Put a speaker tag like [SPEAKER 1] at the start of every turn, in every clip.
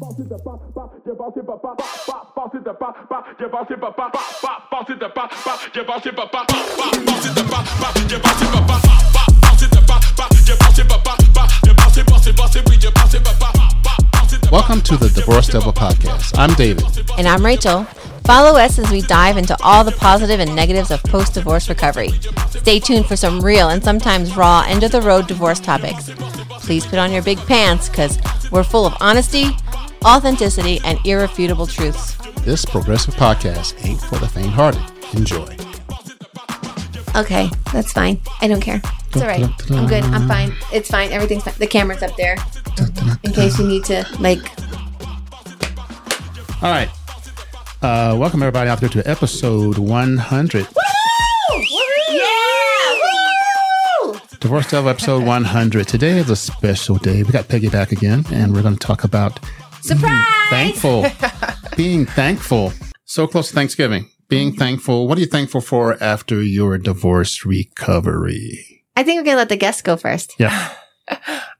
[SPEAKER 1] bounce it the bop bop, yeah bounce it bop bop bop bop, bounce it the bop bop, yeah bounce it bop bop bop bop, bounce it the bop bop, yeah bounce it bop bop bop bop, bounce it the bop bop, yeah bounce it bop bop bop bop, bounce it the bop bop, yeah bounce it bop bop bop, yeah bounce it bounce it bounce it, we just bounce it bop bop bop, bounce it the bop.
[SPEAKER 2] Welcome to the Divorce Devil Podcast. I'm David.
[SPEAKER 3] And I'm Rachel. Follow us as we dive into all the positive and negatives of post divorce recovery. Stay tuned for some real and sometimes raw end of the road divorce topics. Please put on your big pants because we're full of honesty, authenticity, and irrefutable truths.
[SPEAKER 2] This progressive podcast ain't for the faint hearted. Enjoy.
[SPEAKER 3] Okay, that's fine. I don't care. It's all right. I'm good. I'm fine. It's fine. Everything's fine. The camera's up there in case you need to, like,
[SPEAKER 2] All right. Uh, welcome, everybody, out there to episode 100. Divorce Devil episode 100. Today is a special day. We got Peggy back again, and we're going to talk about
[SPEAKER 3] surprise!
[SPEAKER 2] thankful, being thankful. So close to Thanksgiving. Being thankful. What are you thankful for after your divorce recovery?
[SPEAKER 3] I think we're going to let the guests go first.
[SPEAKER 2] Yeah.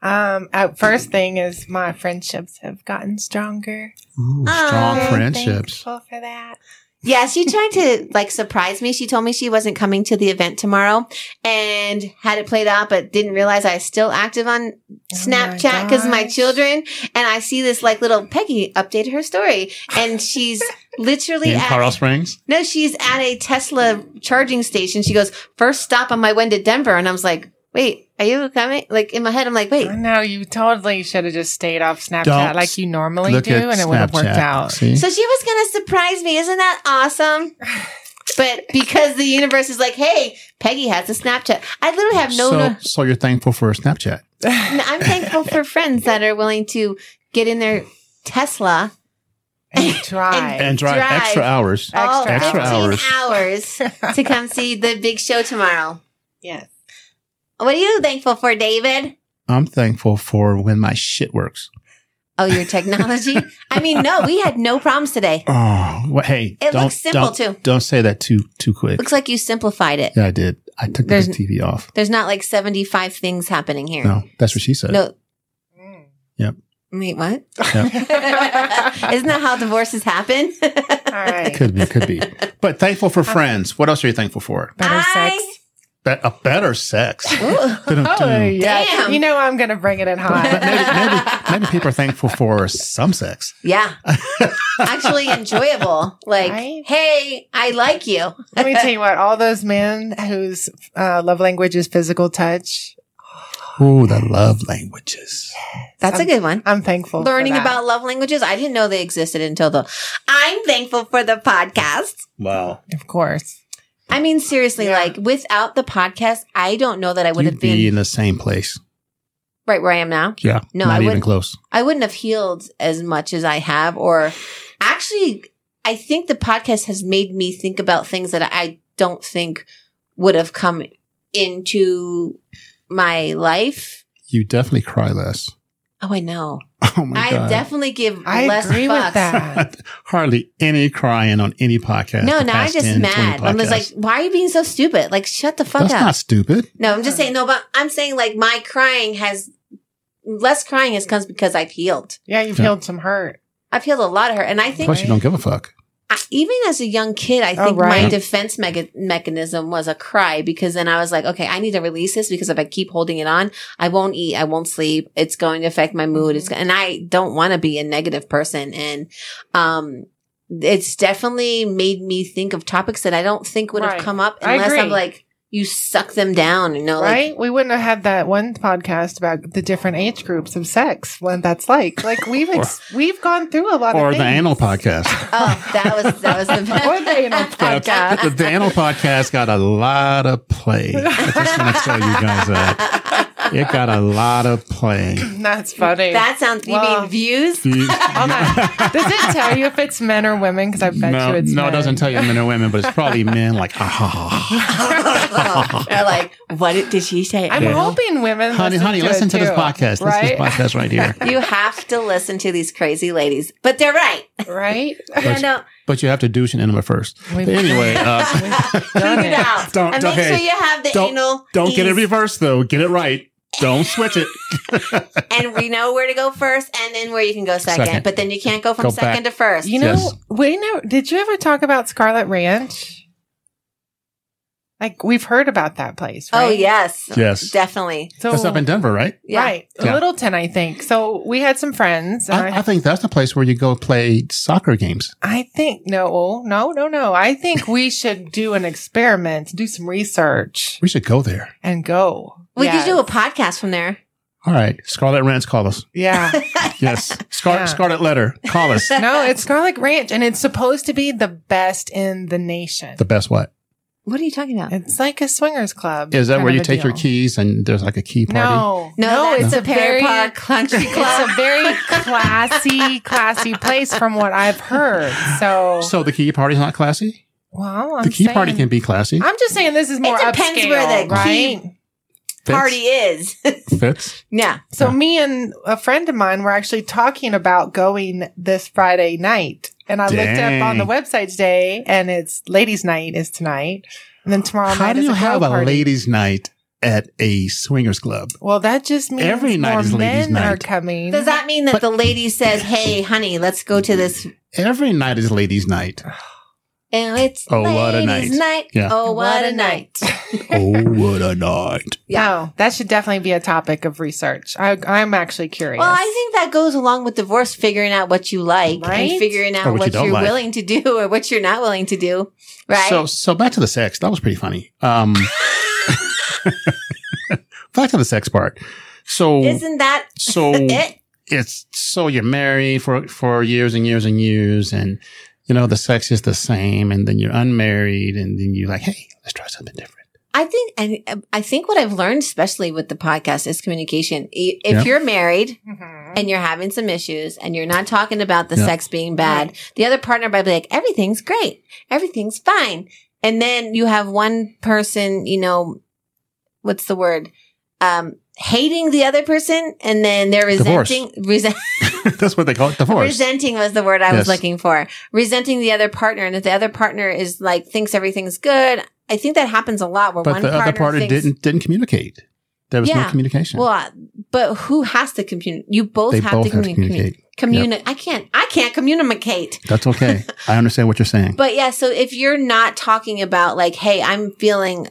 [SPEAKER 4] Um, uh, first thing is my friendships have gotten stronger.
[SPEAKER 2] Ooh, strong
[SPEAKER 4] Oh,
[SPEAKER 3] I'm
[SPEAKER 2] friendships.
[SPEAKER 4] Thankful for that.
[SPEAKER 3] Yeah, she tried to like surprise me. She told me she wasn't coming to the event tomorrow and had it played out, but didn't realize I was still active on Snapchat because my
[SPEAKER 4] gosh.
[SPEAKER 3] children. And I see this like little Peggy updated her story and she's literally
[SPEAKER 2] In
[SPEAKER 3] at,
[SPEAKER 2] Colorado Springs?
[SPEAKER 3] no, she's at a Tesla charging station. She goes, first stop on my way to Denver. And I was like, wait, are you coming? Like in my head, I'm like, wait,
[SPEAKER 4] I know you totally should have just stayed off Snapchat
[SPEAKER 2] Don't
[SPEAKER 4] like you normally
[SPEAKER 2] Look
[SPEAKER 4] do,
[SPEAKER 2] at
[SPEAKER 4] and it would have worked
[SPEAKER 2] Snapchat.
[SPEAKER 4] out.
[SPEAKER 2] See?
[SPEAKER 3] So she was going to surprise me. Isn't that awesome? But because the universe is like, hey, Peggy has a Snapchat. I literally have no.
[SPEAKER 2] so,
[SPEAKER 3] no
[SPEAKER 2] so you're thankful for Snapchat.
[SPEAKER 3] I'm thankful for friends that are willing to get in their Tesla
[SPEAKER 4] And try.
[SPEAKER 2] And drive,
[SPEAKER 3] Drive.
[SPEAKER 2] extra hours.
[SPEAKER 3] all
[SPEAKER 2] Extra
[SPEAKER 3] 15 hours. to come see the big show tomorrow.
[SPEAKER 4] yes.
[SPEAKER 3] What are you thankful for, David?
[SPEAKER 2] I'm thankful for when my shit works.
[SPEAKER 3] Oh, your technology? I mean, no, we had no problems today.
[SPEAKER 2] Oh, well, hey.
[SPEAKER 3] It
[SPEAKER 2] don't-
[SPEAKER 3] looks simple,
[SPEAKER 2] don't-
[SPEAKER 3] too.
[SPEAKER 2] Don't say that too too quick.
[SPEAKER 3] Looks like you simplified it.
[SPEAKER 2] Yeah, I did. I took the
[SPEAKER 3] There's-
[SPEAKER 2] big TV off.
[SPEAKER 3] There's not like 75 things happening here.
[SPEAKER 2] No, that's what she said.
[SPEAKER 3] No,
[SPEAKER 4] Mm.
[SPEAKER 3] wait, what?
[SPEAKER 2] Yep.
[SPEAKER 3] Isn't that how divorces happen?
[SPEAKER 4] All right.
[SPEAKER 2] Could be, could be. But thankful for
[SPEAKER 3] Uh-huh.
[SPEAKER 2] friends. What else are you thankful for?
[SPEAKER 4] Better
[SPEAKER 3] I-
[SPEAKER 4] sex.
[SPEAKER 2] Be- a better sex.
[SPEAKER 3] Ooh.
[SPEAKER 4] Oh,
[SPEAKER 2] Dun-dun-dun.
[SPEAKER 4] yeah.
[SPEAKER 3] Damn.
[SPEAKER 4] You know I'm going to bring it in
[SPEAKER 2] But
[SPEAKER 4] hot.
[SPEAKER 2] maybe, maybe, maybe people are thankful for some sex.
[SPEAKER 3] Yeah. Actually enjoyable. Like,
[SPEAKER 4] Right?
[SPEAKER 3] hey, I like you.
[SPEAKER 4] Let me tell you what, all those men whose uh, love language is physical touch,
[SPEAKER 2] Ooh, the love languages.
[SPEAKER 3] That's a
[SPEAKER 4] I'm-
[SPEAKER 3] good one.
[SPEAKER 4] I'm thankful. for
[SPEAKER 3] Learning
[SPEAKER 4] that.
[SPEAKER 3] about love languages. I didn't know they existed until the I'm thankful for the podcast.
[SPEAKER 2] Wow.
[SPEAKER 4] Of course.
[SPEAKER 3] I mean, seriously,
[SPEAKER 4] Yeah.
[SPEAKER 3] like without the podcast, I don't know that I would
[SPEAKER 2] You'd
[SPEAKER 3] have
[SPEAKER 2] be
[SPEAKER 3] been
[SPEAKER 2] in the same place.
[SPEAKER 3] right where I am now.
[SPEAKER 2] Yeah.
[SPEAKER 3] No, I
[SPEAKER 2] not even
[SPEAKER 3] wouldn't.
[SPEAKER 2] close.
[SPEAKER 3] I wouldn't have healed as much as I have, or actually, I think the podcast has made me think about things that I don't think would have come into my life.
[SPEAKER 2] You definitely cry less.
[SPEAKER 3] Oh, I know.
[SPEAKER 2] Oh my
[SPEAKER 3] I
[SPEAKER 2] god.
[SPEAKER 3] definitely give
[SPEAKER 4] I
[SPEAKER 3] less
[SPEAKER 4] agree
[SPEAKER 3] fucks.
[SPEAKER 4] with that.
[SPEAKER 2] Hardly any crying on any podcast.
[SPEAKER 3] No,
[SPEAKER 2] the
[SPEAKER 3] now I'm
[SPEAKER 2] past
[SPEAKER 3] just
[SPEAKER 2] 10, 20
[SPEAKER 3] mad. I'm just like,
[SPEAKER 2] podcasts.
[SPEAKER 3] why are you being so stupid? Like, shut the fuck
[SPEAKER 2] that's
[SPEAKER 3] up.
[SPEAKER 2] not stupid.
[SPEAKER 3] no, I'm just saying, no, but I'm saying like my crying has less crying has comes because I've healed.
[SPEAKER 4] Yeah, you've
[SPEAKER 2] Yeah.
[SPEAKER 4] healed some hurt.
[SPEAKER 3] I've healed a lot of hurt. And I think
[SPEAKER 2] Plus, you don't give a fuck.
[SPEAKER 3] I, even as a young kid, I
[SPEAKER 4] Oh,
[SPEAKER 3] think my
[SPEAKER 4] right.
[SPEAKER 3] defense mecha- mechanism was a cry because then I was like, okay, I need to release this because if I keep holding it on, I won't eat, I won't sleep. It's going to affect my mood.
[SPEAKER 4] Mm-hmm.
[SPEAKER 3] It's go- and I don't want to be a negative person. And um, it's definitely made me think of topics that I don't think would
[SPEAKER 4] Right.
[SPEAKER 3] have come up
[SPEAKER 4] I
[SPEAKER 3] unless I'm
[SPEAKER 4] agree.
[SPEAKER 3] like you suck them down. You know, like
[SPEAKER 4] right? we wouldn't have had that one podcast about the different age groups of sex. What that's like. Like we've ex- we've gone through a lot
[SPEAKER 2] Or
[SPEAKER 4] of
[SPEAKER 2] the
[SPEAKER 4] things.
[SPEAKER 2] anal podcast.
[SPEAKER 3] oh, that was that was the
[SPEAKER 4] Or the anal
[SPEAKER 3] Oh,
[SPEAKER 2] The-
[SPEAKER 4] podcast.
[SPEAKER 2] The, the anal podcast got a lot of play. I just want to tell you guys that it got a lot of play.
[SPEAKER 4] That's funny.
[SPEAKER 3] That sounds. You
[SPEAKER 4] Wow.
[SPEAKER 3] mean views?
[SPEAKER 2] Do you-
[SPEAKER 4] Hold on. Does it tell you if it's men or women? Because I bet
[SPEAKER 2] no,
[SPEAKER 4] you it's
[SPEAKER 2] no, it
[SPEAKER 4] men.
[SPEAKER 2] doesn't tell you men or women, but it's probably men. Like, ah, ha, ha, ha.
[SPEAKER 3] They're like, what did, did she say?
[SPEAKER 4] I'm
[SPEAKER 2] Yeah.
[SPEAKER 4] hoping women.
[SPEAKER 2] honey,
[SPEAKER 4] listen
[SPEAKER 2] honey,
[SPEAKER 4] to
[SPEAKER 2] listen
[SPEAKER 4] it
[SPEAKER 2] to this
[SPEAKER 4] too,
[SPEAKER 2] podcast.
[SPEAKER 4] right?
[SPEAKER 2] This is podcast right here.
[SPEAKER 3] You have to listen to these crazy ladies, but they're right.
[SPEAKER 4] right?
[SPEAKER 3] No,
[SPEAKER 2] But,
[SPEAKER 3] no,
[SPEAKER 2] but you have to douche an enema first. But
[SPEAKER 4] We've-
[SPEAKER 2] anyway, uh,
[SPEAKER 4] We've
[SPEAKER 3] figure
[SPEAKER 4] done
[SPEAKER 3] it
[SPEAKER 4] it.
[SPEAKER 3] out.
[SPEAKER 2] Don't-
[SPEAKER 3] and
[SPEAKER 2] don't-
[SPEAKER 3] make sure
[SPEAKER 2] hey,
[SPEAKER 3] you have the
[SPEAKER 2] don't-
[SPEAKER 3] anal.
[SPEAKER 2] don't get it
[SPEAKER 3] ease.
[SPEAKER 2] reversed though. Get it right. Don't switch it.
[SPEAKER 3] and we know where to go first and then where you can go second.
[SPEAKER 2] Second.
[SPEAKER 3] But then you can't go from
[SPEAKER 2] Go
[SPEAKER 3] second
[SPEAKER 2] back.
[SPEAKER 3] to first.
[SPEAKER 4] You know,
[SPEAKER 2] Yes.
[SPEAKER 4] we never did you ever talk about Scarlet Ranch? Like we've heard about that place, right?
[SPEAKER 3] Oh, yes.
[SPEAKER 2] Yes.
[SPEAKER 3] Definitely.
[SPEAKER 4] So
[SPEAKER 2] That's up in Denver, right?
[SPEAKER 3] Yeah.
[SPEAKER 4] right,
[SPEAKER 2] Yeah.
[SPEAKER 4] Littleton, I think. So we had some friends. And I,
[SPEAKER 2] I, I think that's the place where you go play soccer games.
[SPEAKER 4] I think no, no, no, no. I think we should do an experiment, do some research,
[SPEAKER 2] We should go there.
[SPEAKER 4] and go.
[SPEAKER 3] We
[SPEAKER 4] Yes.
[SPEAKER 3] could do a podcast from there.
[SPEAKER 2] All right. Scarlet Rants, call us.
[SPEAKER 4] yeah.
[SPEAKER 2] Yes. Scar-
[SPEAKER 4] Yeah.
[SPEAKER 2] Scarlet Letter, call us.
[SPEAKER 4] No, it's Scarlet Ranch, and it's supposed to be the best in the nation.
[SPEAKER 2] the best what?
[SPEAKER 3] What are you talking about?
[SPEAKER 4] It's like a swingers club.
[SPEAKER 2] Is that
[SPEAKER 4] kind
[SPEAKER 2] where
[SPEAKER 4] of
[SPEAKER 2] you
[SPEAKER 4] a
[SPEAKER 2] take your
[SPEAKER 4] deal.
[SPEAKER 2] keys and there's like a key party?
[SPEAKER 4] No,
[SPEAKER 3] No, that's a Perry
[SPEAKER 4] very-
[SPEAKER 3] Park Country Club.
[SPEAKER 4] It's a very classy, classy place from what I've heard. So,
[SPEAKER 2] So the key party's not classy?
[SPEAKER 4] well, I'm
[SPEAKER 2] the key
[SPEAKER 4] saying,
[SPEAKER 2] party can be classy.
[SPEAKER 4] I'm just saying this is more
[SPEAKER 3] depends
[SPEAKER 4] upscale,
[SPEAKER 3] where the key-
[SPEAKER 4] right?
[SPEAKER 2] Fits.
[SPEAKER 3] Party is.
[SPEAKER 2] Fits.
[SPEAKER 3] yeah.
[SPEAKER 4] So
[SPEAKER 2] Yeah.
[SPEAKER 4] me and a friend of mine were actually talking about going this Friday night. And I looked up on the
[SPEAKER 2] Dang.
[SPEAKER 4] website today and it's ladies night is tonight. And then tomorrow
[SPEAKER 2] How
[SPEAKER 4] night
[SPEAKER 2] do
[SPEAKER 4] is
[SPEAKER 2] you
[SPEAKER 4] a girl
[SPEAKER 2] have a
[SPEAKER 4] party.
[SPEAKER 2] ladies' night at a swingers club?
[SPEAKER 4] Well, that just means
[SPEAKER 2] Every night
[SPEAKER 4] more
[SPEAKER 2] is ladies'
[SPEAKER 4] men are
[SPEAKER 2] night.
[SPEAKER 4] coming.
[SPEAKER 3] Does that mean that
[SPEAKER 2] But-
[SPEAKER 3] the lady says, hey, honey, let's go to this?
[SPEAKER 2] Every night is ladies' night.
[SPEAKER 3] And it's
[SPEAKER 2] Oh, what a
[SPEAKER 3] ladies'
[SPEAKER 2] night. Yeah.
[SPEAKER 3] Oh, what, a night.
[SPEAKER 2] oh, what a night.
[SPEAKER 4] Yeah. No, that should definitely be a topic of research. I, I'm actually curious.
[SPEAKER 3] Well, I think that goes along with divorce, figuring out what you like
[SPEAKER 4] Right?
[SPEAKER 3] and figuring out
[SPEAKER 2] Or what you
[SPEAKER 3] what,
[SPEAKER 2] don't
[SPEAKER 3] you are
[SPEAKER 2] like.
[SPEAKER 3] willing to do or what you're not willing to do. Right.
[SPEAKER 2] So, so back to the sex. That was pretty funny. Um, back to the sex part. So,
[SPEAKER 3] Isn't that
[SPEAKER 2] so
[SPEAKER 3] it?
[SPEAKER 2] it's so you're married for for years and years and years, and you know the sex is the same, and then you're unmarried, and then you're like, hey, let's try something different.
[SPEAKER 3] I think, and uh, I think what I've learned, especially with the podcast, is communication. I- If
[SPEAKER 2] Yeah.
[SPEAKER 3] you're married
[SPEAKER 4] Mhm.
[SPEAKER 3] and you're having some issues and you're not talking about the
[SPEAKER 2] Yeah.
[SPEAKER 3] sex being bad, the other partner might be like, everything's great. Everything's fine. And then you have one person, you know, what's the word? Um, hating the other person and then they're
[SPEAKER 2] Divorce.
[SPEAKER 3] resenting, resent,
[SPEAKER 2] That's what they call it, divorce.
[SPEAKER 3] Resenting was the word I
[SPEAKER 2] Yes.
[SPEAKER 3] was looking for. Resenting the other partner, and if the other partner is like thinks everything's good, I think that happens a lot where
[SPEAKER 2] but
[SPEAKER 3] one
[SPEAKER 2] the
[SPEAKER 3] partner
[SPEAKER 2] other partner
[SPEAKER 3] thinks,
[SPEAKER 2] didn't didn't communicate. There was no
[SPEAKER 3] Yeah.
[SPEAKER 2] communication.
[SPEAKER 3] Well, I- but who has to communicate? You both,
[SPEAKER 2] they
[SPEAKER 3] have,
[SPEAKER 2] both
[SPEAKER 3] to
[SPEAKER 2] have to
[SPEAKER 3] communicate.
[SPEAKER 2] communicate.
[SPEAKER 3] Communi- I can't. I can't communicate.
[SPEAKER 2] That's okay. I understand what you're saying.
[SPEAKER 3] But yeah, so if you're not talking about like, hey, I'm feeling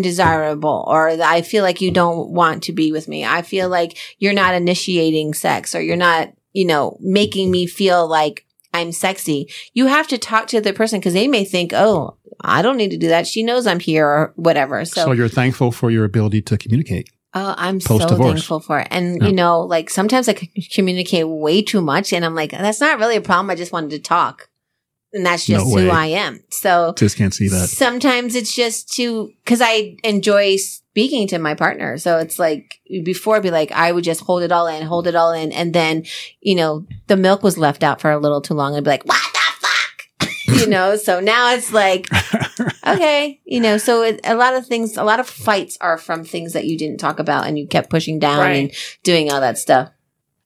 [SPEAKER 3] undesirable or I feel like you don't want to be with me. I feel like you're not initiating sex or you're not, you know, making me feel like I'm sexy. You have to talk to the person because they may think, oh, I don't need to do that. She knows I'm here or whatever.
[SPEAKER 2] so, you're thankful for your ability to communicate.
[SPEAKER 3] Oh, I'm so
[SPEAKER 2] Post-divorce.
[SPEAKER 3] thankful for it. And
[SPEAKER 2] Yeah.
[SPEAKER 3] you know, like sometimes I c- communicate way too much and I'm like, that's not really a problem. I just wanted to talk. And that's
[SPEAKER 2] No
[SPEAKER 3] just
[SPEAKER 2] way.
[SPEAKER 3] who I am. So
[SPEAKER 2] Just can't see that.
[SPEAKER 3] sometimes it's just to, cause I enjoy speaking to my partner. So it's like before it'd be like, I would just hold it all in, hold it all in. And then, you know, the milk was left out for a little too long. I'd be like, what the fuck? you know, so now it's like, okay, you know, so it, a lot of things, a lot of fights are from things that you didn't talk about and you kept pushing down and doing all that stuff.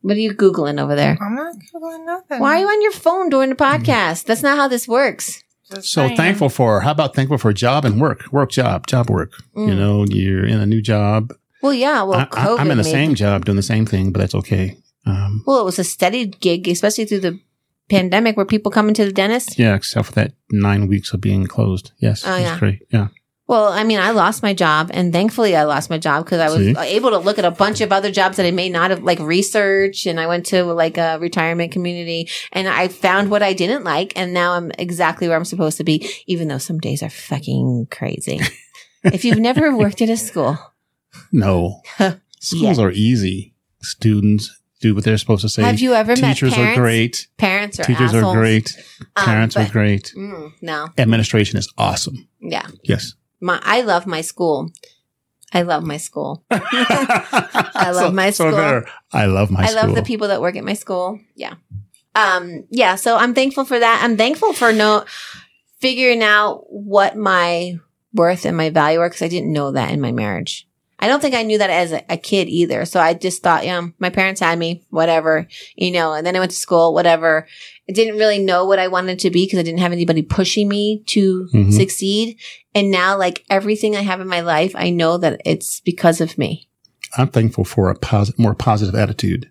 [SPEAKER 3] What are you Googling over there?
[SPEAKER 4] I'm not Googling nothing.
[SPEAKER 3] Why are you on your phone during the
[SPEAKER 2] Mm-hmm.
[SPEAKER 3] podcast? That's not how this works.
[SPEAKER 4] Just
[SPEAKER 2] So
[SPEAKER 4] saying.
[SPEAKER 2] thankful for. How about thankful for job and work, work job, job work. You
[SPEAKER 3] Mm.
[SPEAKER 2] know, you're in a new job.
[SPEAKER 3] Well, yeah. Well,
[SPEAKER 2] I, I,
[SPEAKER 3] COVID
[SPEAKER 2] am in the
[SPEAKER 3] made-
[SPEAKER 2] same job doing the same thing, but that's okay. Um,
[SPEAKER 3] Well, it was a steady gig, especially through the pandemic. Were people coming to the dentist?
[SPEAKER 2] yeah, except for that nine weeks of being closed. Yes,
[SPEAKER 3] Oh,
[SPEAKER 2] that's
[SPEAKER 3] yeah.
[SPEAKER 2] great. Yeah,
[SPEAKER 3] Well, I mean, I lost my job, and thankfully, I lost my job because I was
[SPEAKER 2] See?
[SPEAKER 3] able to look at a bunch of other jobs that I may not have, like research, and I went to like a retirement community, and I found what I didn't like, and now I'm exactly where I'm supposed to be, even though some days are fucking crazy. if you've never worked at a school,
[SPEAKER 2] no, schools are easy. Students do what they're supposed to say.
[SPEAKER 3] have you ever
[SPEAKER 2] Teachers
[SPEAKER 3] met
[SPEAKER 2] are
[SPEAKER 3] parents?
[SPEAKER 2] great.
[SPEAKER 3] Parents are
[SPEAKER 2] Teachers
[SPEAKER 3] assholes.
[SPEAKER 2] are great.
[SPEAKER 3] Um,
[SPEAKER 2] Parents are
[SPEAKER 3] but-
[SPEAKER 2] great.
[SPEAKER 3] Mm, no,
[SPEAKER 2] Administration is awesome.
[SPEAKER 3] yeah.
[SPEAKER 2] Yes.
[SPEAKER 3] my I love my school. I love my school.
[SPEAKER 2] I
[SPEAKER 3] love my school.
[SPEAKER 2] I love my
[SPEAKER 3] I
[SPEAKER 2] school.
[SPEAKER 3] love the people that work at my school. Yeah. Um yeah, so I'm thankful for that. I'm thankful for no figuring out what my worth and my value are cuz I didn't know that in my marriage. I don't think I knew that as a, a kid either. So I just thought, yeah, my parents had me, whatever, you know, and then I went to school, whatever. I didn't really know what I wanted to be because I didn't have anybody pushing me to
[SPEAKER 2] Mhm.
[SPEAKER 3] succeed. And now, like everything I have in my life, I know that it's because of me.
[SPEAKER 2] I'm thankful for a posi- more positive attitude.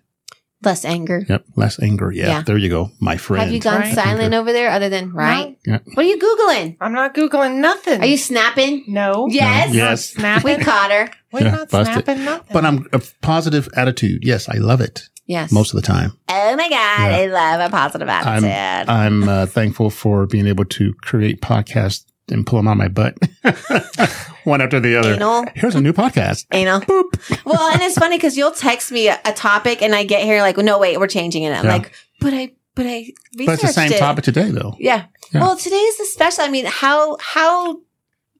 [SPEAKER 3] Less anger.
[SPEAKER 2] Yep. Less anger. Yeah.
[SPEAKER 3] Yeah.
[SPEAKER 2] There you go, my friend.
[SPEAKER 3] Have you gone
[SPEAKER 4] Right.
[SPEAKER 3] silent
[SPEAKER 2] Anger.
[SPEAKER 3] over there other than right?
[SPEAKER 2] Yeah.
[SPEAKER 3] What are you Googling?
[SPEAKER 4] I'm not Googling nothing.
[SPEAKER 3] Are you snapping?
[SPEAKER 4] No.
[SPEAKER 3] Yes.
[SPEAKER 2] Yeah.
[SPEAKER 4] Not
[SPEAKER 2] Yes.
[SPEAKER 3] We
[SPEAKER 4] snapping.
[SPEAKER 3] caught her.
[SPEAKER 4] We're
[SPEAKER 2] Yeah,
[SPEAKER 4] not
[SPEAKER 2] busted.
[SPEAKER 4] snapping nothing.
[SPEAKER 2] but I'm a positive attitude. Yes, I love it
[SPEAKER 3] Yes.
[SPEAKER 2] most of the time.
[SPEAKER 3] oh my God.
[SPEAKER 2] Yeah.
[SPEAKER 3] I love a positive attitude.
[SPEAKER 2] I'm uh, thankful for being able to create podcasts and pull them out of my butt one after the other.
[SPEAKER 3] Anal.
[SPEAKER 2] Here's a new podcast.
[SPEAKER 3] Anal. well, and it's funny because you'll text me a, a topic and I get here like, no, wait, we're changing it. I'm
[SPEAKER 2] Yeah.
[SPEAKER 3] like, but I, but I researched
[SPEAKER 2] But it's the same
[SPEAKER 3] it.
[SPEAKER 2] topic today, though.
[SPEAKER 3] Yeah.
[SPEAKER 2] Yeah.
[SPEAKER 3] Well, today's the special. I mean, how, how,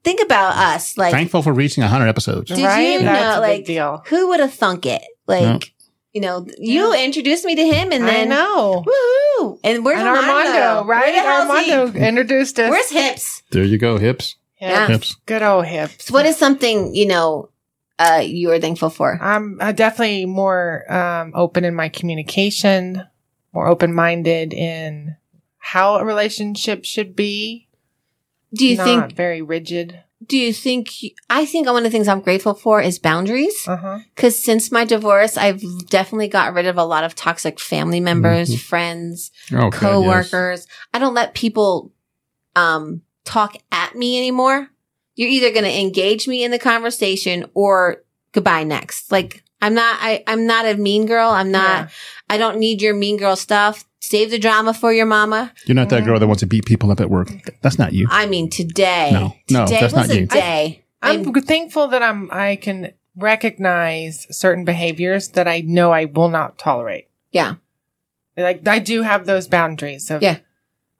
[SPEAKER 3] think about us. Like,
[SPEAKER 2] Thankful for reaching 100 episodes.
[SPEAKER 3] Did you
[SPEAKER 4] That's
[SPEAKER 3] know,
[SPEAKER 4] a big
[SPEAKER 3] like-
[SPEAKER 4] deal.
[SPEAKER 3] who would have thunk it? Like,
[SPEAKER 2] Yeah.
[SPEAKER 3] you know, you introduced me to him and
[SPEAKER 4] I
[SPEAKER 3] then,
[SPEAKER 4] know.
[SPEAKER 3] woohoo. And where's
[SPEAKER 4] and
[SPEAKER 3] Armando?
[SPEAKER 4] Armando,
[SPEAKER 3] Where
[SPEAKER 4] right?
[SPEAKER 3] the hell's he?
[SPEAKER 4] Armando introduced us.
[SPEAKER 3] Where's hips?
[SPEAKER 2] There you go, hips.
[SPEAKER 3] Yeah.
[SPEAKER 2] Hips.
[SPEAKER 4] Good old hips.
[SPEAKER 3] So what is something, you know, uh, you are thankful for?
[SPEAKER 4] I'm uh, definitely more um, open in my communication, more open minded in how a relationship should be.
[SPEAKER 3] Do you
[SPEAKER 4] Not
[SPEAKER 3] think
[SPEAKER 4] very rigid?
[SPEAKER 3] do you think I think one of the things I'm grateful for is boundaries
[SPEAKER 4] Uh huh.
[SPEAKER 3] because since my divorce I've definitely got rid of a lot of toxic family members,
[SPEAKER 4] Mm-hmm.
[SPEAKER 3] friends,
[SPEAKER 2] Okay,
[SPEAKER 3] coworkers. I don't let people um talk at me anymore. You're either going to engage me in the conversation or goodbye next. Like I'm not I I'm not a mean girl. I'm not I don't need your mean girl stuff. Save the drama for your mama.
[SPEAKER 2] yes. You're not that girl that wants to beat people up at work. That's not you.
[SPEAKER 3] I mean today.
[SPEAKER 2] No, no,
[SPEAKER 3] today
[SPEAKER 2] that's
[SPEAKER 3] was
[SPEAKER 2] not
[SPEAKER 3] a
[SPEAKER 2] you.
[SPEAKER 3] day.
[SPEAKER 4] I'm
[SPEAKER 3] I'm-
[SPEAKER 4] thankful that I'm I can recognize certain behaviors that I know I will not tolerate.
[SPEAKER 3] Yeah.
[SPEAKER 4] Like I do have those boundaries of
[SPEAKER 3] Yeah.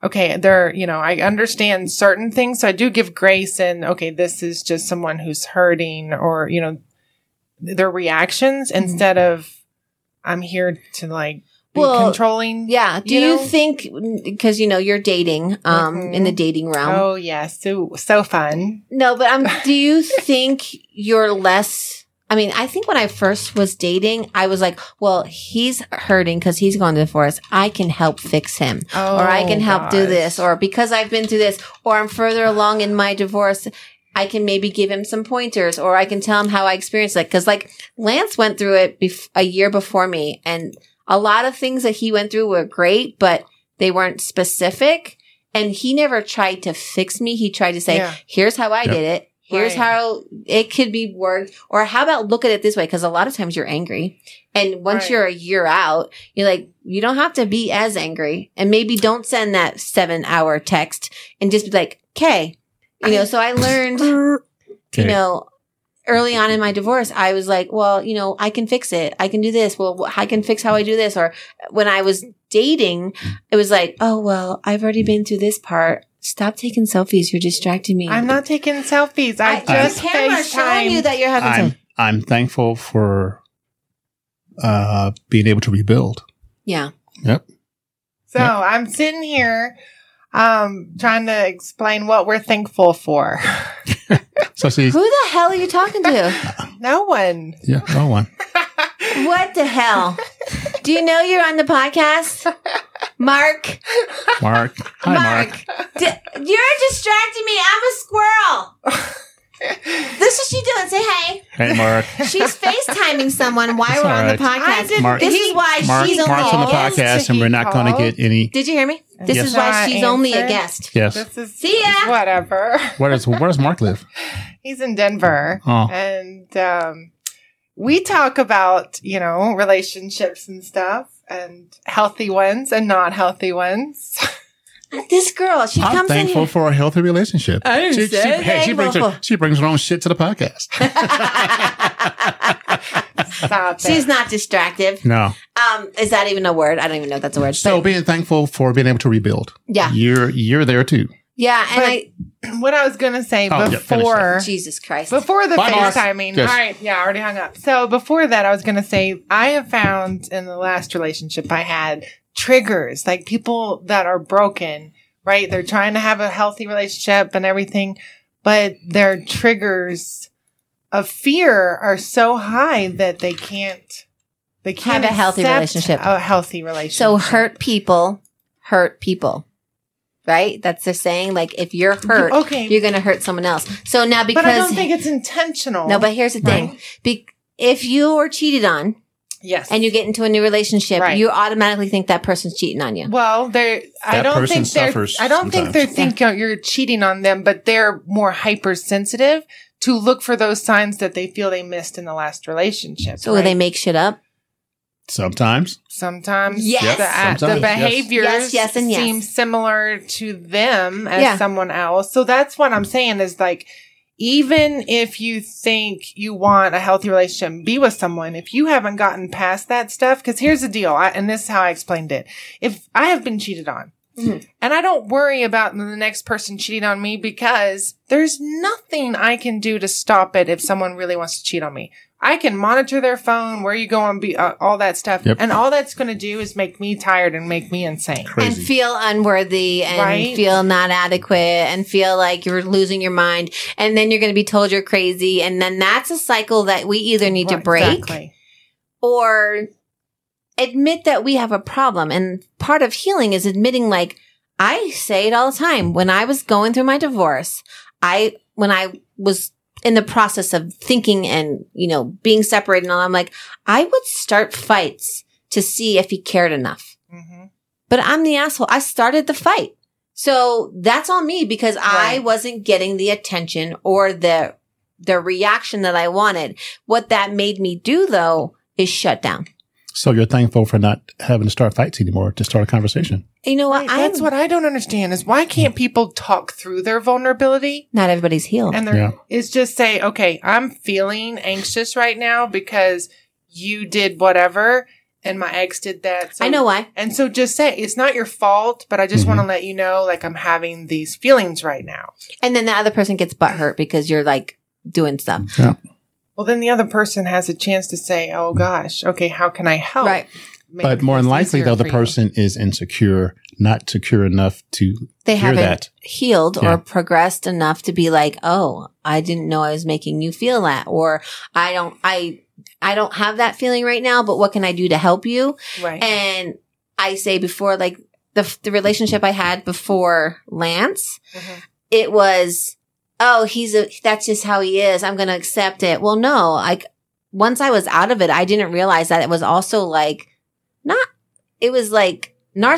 [SPEAKER 4] Okay, there you know, I understand certain things, so I do give grace and okay, this is just someone who's hurting or, you know, their reactions
[SPEAKER 3] Mm-hmm.
[SPEAKER 4] instead of I'm here to like be
[SPEAKER 3] Well,
[SPEAKER 4] controlling.
[SPEAKER 3] Yeah. Do
[SPEAKER 4] You
[SPEAKER 3] you,
[SPEAKER 4] know?
[SPEAKER 3] think because you know you're dating um
[SPEAKER 4] Mhm.
[SPEAKER 3] in the dating realm?
[SPEAKER 4] Oh yeah, so so fun.
[SPEAKER 3] No, but um, do you think you're less? I mean, I think when I first was dating, I was like, "Well, he's hurting because he's going to divorce. I can help fix him,
[SPEAKER 4] Oh,
[SPEAKER 3] or I can help do
[SPEAKER 4] gosh.
[SPEAKER 3] this, or because I've been through this, or I'm further along in my divorce." I can maybe give him some pointers or I can tell him how I experienced it. Cause like Lance went through it bef- a year before me and a lot of things that he went through were great, but they weren't specific. And he never tried to fix me. He tried to say,
[SPEAKER 4] Yeah.
[SPEAKER 3] here's how I
[SPEAKER 2] Yep.
[SPEAKER 3] did it. Here's
[SPEAKER 4] Right.
[SPEAKER 3] how it could be worked. Or how about look at it this way? Cause a lot of times you're angry. And once
[SPEAKER 4] Right.
[SPEAKER 3] you're a year out, you're like, you don't have to be as angry. And maybe don't send that seven hour text and just be like, okay. You know, so I learned you
[SPEAKER 2] Okay.
[SPEAKER 3] know, early on in my divorce, I was like, well, you know, I can fix it. I can do this. Well, wh- I can fix how I do this. Or when I was dating, it was like, oh, well, I've already been through this part. Stop taking selfies. You're distracting me.
[SPEAKER 4] I'm not taking selfies. I,
[SPEAKER 3] I-
[SPEAKER 4] just
[SPEAKER 3] the camera showing you
[SPEAKER 4] FaceTime.
[SPEAKER 3] that you're having
[SPEAKER 2] I'm,
[SPEAKER 3] some.
[SPEAKER 2] I'm thankful for uh, being able to rebuild.
[SPEAKER 3] Yeah.
[SPEAKER 4] So
[SPEAKER 2] Yeah.
[SPEAKER 4] I'm sitting here um trying to explain what we're thankful for.
[SPEAKER 2] So, see,
[SPEAKER 3] Who the hell are you talking to?
[SPEAKER 4] no one.
[SPEAKER 2] yeah, wrong one.
[SPEAKER 3] what the hell? Do you know you're on the podcast? Mark,
[SPEAKER 2] Mark. Hi, Mark.
[SPEAKER 3] D- you're distracting me. I'm a squirrel. this is what she doing. Say hey.
[SPEAKER 2] Hey, Mark.
[SPEAKER 3] She's FaceTiming someone while
[SPEAKER 2] It's
[SPEAKER 3] we're
[SPEAKER 2] all
[SPEAKER 3] on the
[SPEAKER 2] right.
[SPEAKER 4] I
[SPEAKER 3] podcast.
[SPEAKER 4] didn't-
[SPEAKER 2] Mark-
[SPEAKER 3] this
[SPEAKER 4] he-
[SPEAKER 3] is why
[SPEAKER 2] Mark,
[SPEAKER 3] she's only
[SPEAKER 2] Mark's on the
[SPEAKER 3] a guest.
[SPEAKER 2] podcast, and we're not going to get any.
[SPEAKER 3] Did you hear me? This
[SPEAKER 2] Yes.
[SPEAKER 3] is why
[SPEAKER 4] Not
[SPEAKER 3] she's only a
[SPEAKER 4] answered.
[SPEAKER 3] guest.
[SPEAKER 2] Yes.
[SPEAKER 4] This is
[SPEAKER 3] See ya.
[SPEAKER 4] whatever.
[SPEAKER 2] Where does Where does Mark live?
[SPEAKER 4] He's in Denver.
[SPEAKER 2] Oh,
[SPEAKER 4] And um we talk about, you know, relationships and stuff and healthy ones and not healthy ones.
[SPEAKER 3] This girl, she
[SPEAKER 2] I'm
[SPEAKER 3] comes in
[SPEAKER 2] thankful
[SPEAKER 3] here.
[SPEAKER 2] for a healthy relationship.
[SPEAKER 3] I am
[SPEAKER 2] she,
[SPEAKER 3] so
[SPEAKER 2] she, hey, she
[SPEAKER 3] thankful
[SPEAKER 2] brings her
[SPEAKER 3] for-
[SPEAKER 2] she brings her own shit to the podcast.
[SPEAKER 4] Stop
[SPEAKER 3] she's
[SPEAKER 4] it.
[SPEAKER 3] not distractive.
[SPEAKER 2] no,
[SPEAKER 3] Um, is that even a word? I don't even know if that's a word.
[SPEAKER 2] so
[SPEAKER 3] but
[SPEAKER 2] being thankful for being able to rebuild.
[SPEAKER 3] yeah,
[SPEAKER 2] You're you're there too.
[SPEAKER 3] yeah, and
[SPEAKER 4] But-
[SPEAKER 3] I
[SPEAKER 4] what I was going to say
[SPEAKER 2] Oh, yeah, finish that.
[SPEAKER 4] before
[SPEAKER 3] Jesus Christ.
[SPEAKER 4] Before the
[SPEAKER 2] Bye, Mark.
[SPEAKER 4] FaceTiming.
[SPEAKER 2] Yes.
[SPEAKER 4] All right. Yeah, I already hung up. So before that, I was going to say I have found in the last relationship I had triggers, like people that are broken, right? They're trying to have a healthy relationship and everything, but their triggers of fear are so high that they can't, they can't
[SPEAKER 3] a healthy
[SPEAKER 4] accept
[SPEAKER 3] relationship.
[SPEAKER 4] A healthy relationship.
[SPEAKER 3] So hurt people hurt people, right? That's their saying. Like if you're hurt,
[SPEAKER 4] Okay.
[SPEAKER 3] you're going to hurt someone else. So now because
[SPEAKER 4] but I don't think it's intentional.
[SPEAKER 3] No, but here's the thing. Be- if you were cheated on
[SPEAKER 4] Yes.
[SPEAKER 3] and you get into a new relationship,
[SPEAKER 4] Right.
[SPEAKER 3] you automatically think that person's cheating on you.
[SPEAKER 4] Well, they're. I
[SPEAKER 2] That
[SPEAKER 4] don't
[SPEAKER 2] person
[SPEAKER 4] think they're.
[SPEAKER 2] suffers
[SPEAKER 4] I don't think they're
[SPEAKER 3] sometimes.
[SPEAKER 4] thinking you're cheating on them, but they're more hypersensitive to look for those signs that they feel they missed in the last relationship.
[SPEAKER 3] So
[SPEAKER 4] right?
[SPEAKER 3] they make shit up.
[SPEAKER 2] Sometimes.
[SPEAKER 4] sometimes
[SPEAKER 3] Yes. Yep,
[SPEAKER 4] the, act- the
[SPEAKER 2] sometimes, yes.
[SPEAKER 4] behaviors
[SPEAKER 3] Yes, yes, and yes.
[SPEAKER 4] seem similar to them as
[SPEAKER 3] Yeah.
[SPEAKER 4] someone else. So that's what I'm saying is like. Even if you think you want a healthy relationship and be with someone, if you haven't gotten past that stuff, because here's the deal, I, and this is how I explained it. If I have been cheated on, and I don't worry about the next person cheating on me because there's nothing I can do to stop it if someone really wants to cheat on me. I can monitor their phone, where you go, and be uh, all that stuff,
[SPEAKER 2] Yep.
[SPEAKER 4] and all that's going to do is make me tired and make me insane.
[SPEAKER 2] Crazy.
[SPEAKER 3] And feel unworthy and
[SPEAKER 4] Right.
[SPEAKER 3] feel not adequate and feel like you're losing your mind. And then you're going to be told you're crazy. And then that's a cycle that we either need to
[SPEAKER 4] Right,
[SPEAKER 3] break
[SPEAKER 4] exactly.
[SPEAKER 3] or admit that we have a problem. And part of healing is admitting, like, I say it all the time. When I was going through my divorce, I, when I was in the process of thinking and, you know, being separated and all, I'm like, I would start fights to see if he cared enough
[SPEAKER 4] Mhm.
[SPEAKER 3] but I'm the asshole. I started the fight. So that's on me because I
[SPEAKER 4] Right.
[SPEAKER 3] wasn't getting the attention or the the reaction that I wanted. What that made me do though is shut down.
[SPEAKER 2] So you're thankful for not having to start fights anymore to start a conversation.
[SPEAKER 3] You know what?
[SPEAKER 4] Right, that's
[SPEAKER 3] I'm-
[SPEAKER 4] what I don't understand is why can't people talk through their vulnerability
[SPEAKER 3] not everybody's healed.
[SPEAKER 4] and their
[SPEAKER 2] Yeah.
[SPEAKER 4] is just say, okay, I'm feeling anxious right now because you did whatever and my ex did that. So
[SPEAKER 3] I know why.
[SPEAKER 4] And so just say, it's not your fault, but I just
[SPEAKER 2] Mm-hmm.
[SPEAKER 4] want to let you know, like, I'm having these feelings right now.
[SPEAKER 3] And then the other person gets butt hurt because you're like doing stuff.
[SPEAKER 4] Well, then the other person has a chance to say, oh gosh, okay, how can I help?
[SPEAKER 3] Right.
[SPEAKER 4] Make
[SPEAKER 2] But more
[SPEAKER 4] this
[SPEAKER 2] than likely,
[SPEAKER 4] easier
[SPEAKER 2] though, the
[SPEAKER 4] for you.
[SPEAKER 2] person is insecure, not secure enough to
[SPEAKER 3] They
[SPEAKER 2] hear
[SPEAKER 3] haven't
[SPEAKER 2] that.
[SPEAKER 3] healed
[SPEAKER 2] Yeah.
[SPEAKER 3] or progressed enough to be like, "Oh, I didn't know I was making you feel that," or "I don't, I, I don't have that feeling right now, but what can I do to help you?"
[SPEAKER 4] Right.
[SPEAKER 3] And I say before, like the the relationship I had before Lance,
[SPEAKER 4] Mhm.
[SPEAKER 3] it was, oh, he's oh, a that's just how he is. I'm gonna accept it. Well, no, like once I was out of it, I didn't realize that it was also like not. It was like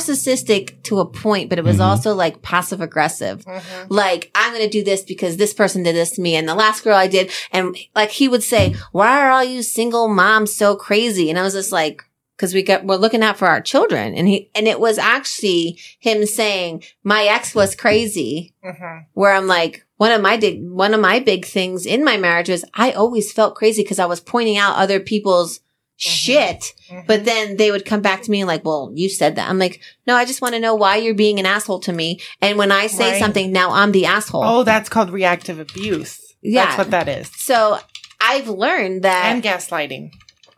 [SPEAKER 3] narcissistic to a point, but it was
[SPEAKER 2] Mhm.
[SPEAKER 3] also like passive aggressive
[SPEAKER 4] Mhm.
[SPEAKER 3] like I'm gonna do this because this person did this to me and the last girl I did and like he would say, Why are all you single moms so crazy? And I was just like, Cause we got we're looking out for our children. And he and it was actually him saying, My ex was crazy,
[SPEAKER 4] Mhm.
[SPEAKER 3] where I'm like, one of my big one of my big things in my marriage was I always felt crazy because I was pointing out other people's
[SPEAKER 4] Mm-hmm.
[SPEAKER 3] shit.
[SPEAKER 4] Mhm.
[SPEAKER 3] But then they would come back to me and like, well, you said that. I'm like, no, I just want to know why you're being an asshole to me. And when I say
[SPEAKER 4] Right.
[SPEAKER 3] something, now I'm the asshole.
[SPEAKER 4] oh, that's called reactive abuse.
[SPEAKER 3] Yeah.
[SPEAKER 4] That's what that is.
[SPEAKER 3] so I've learned that.
[SPEAKER 4] And gaslighting.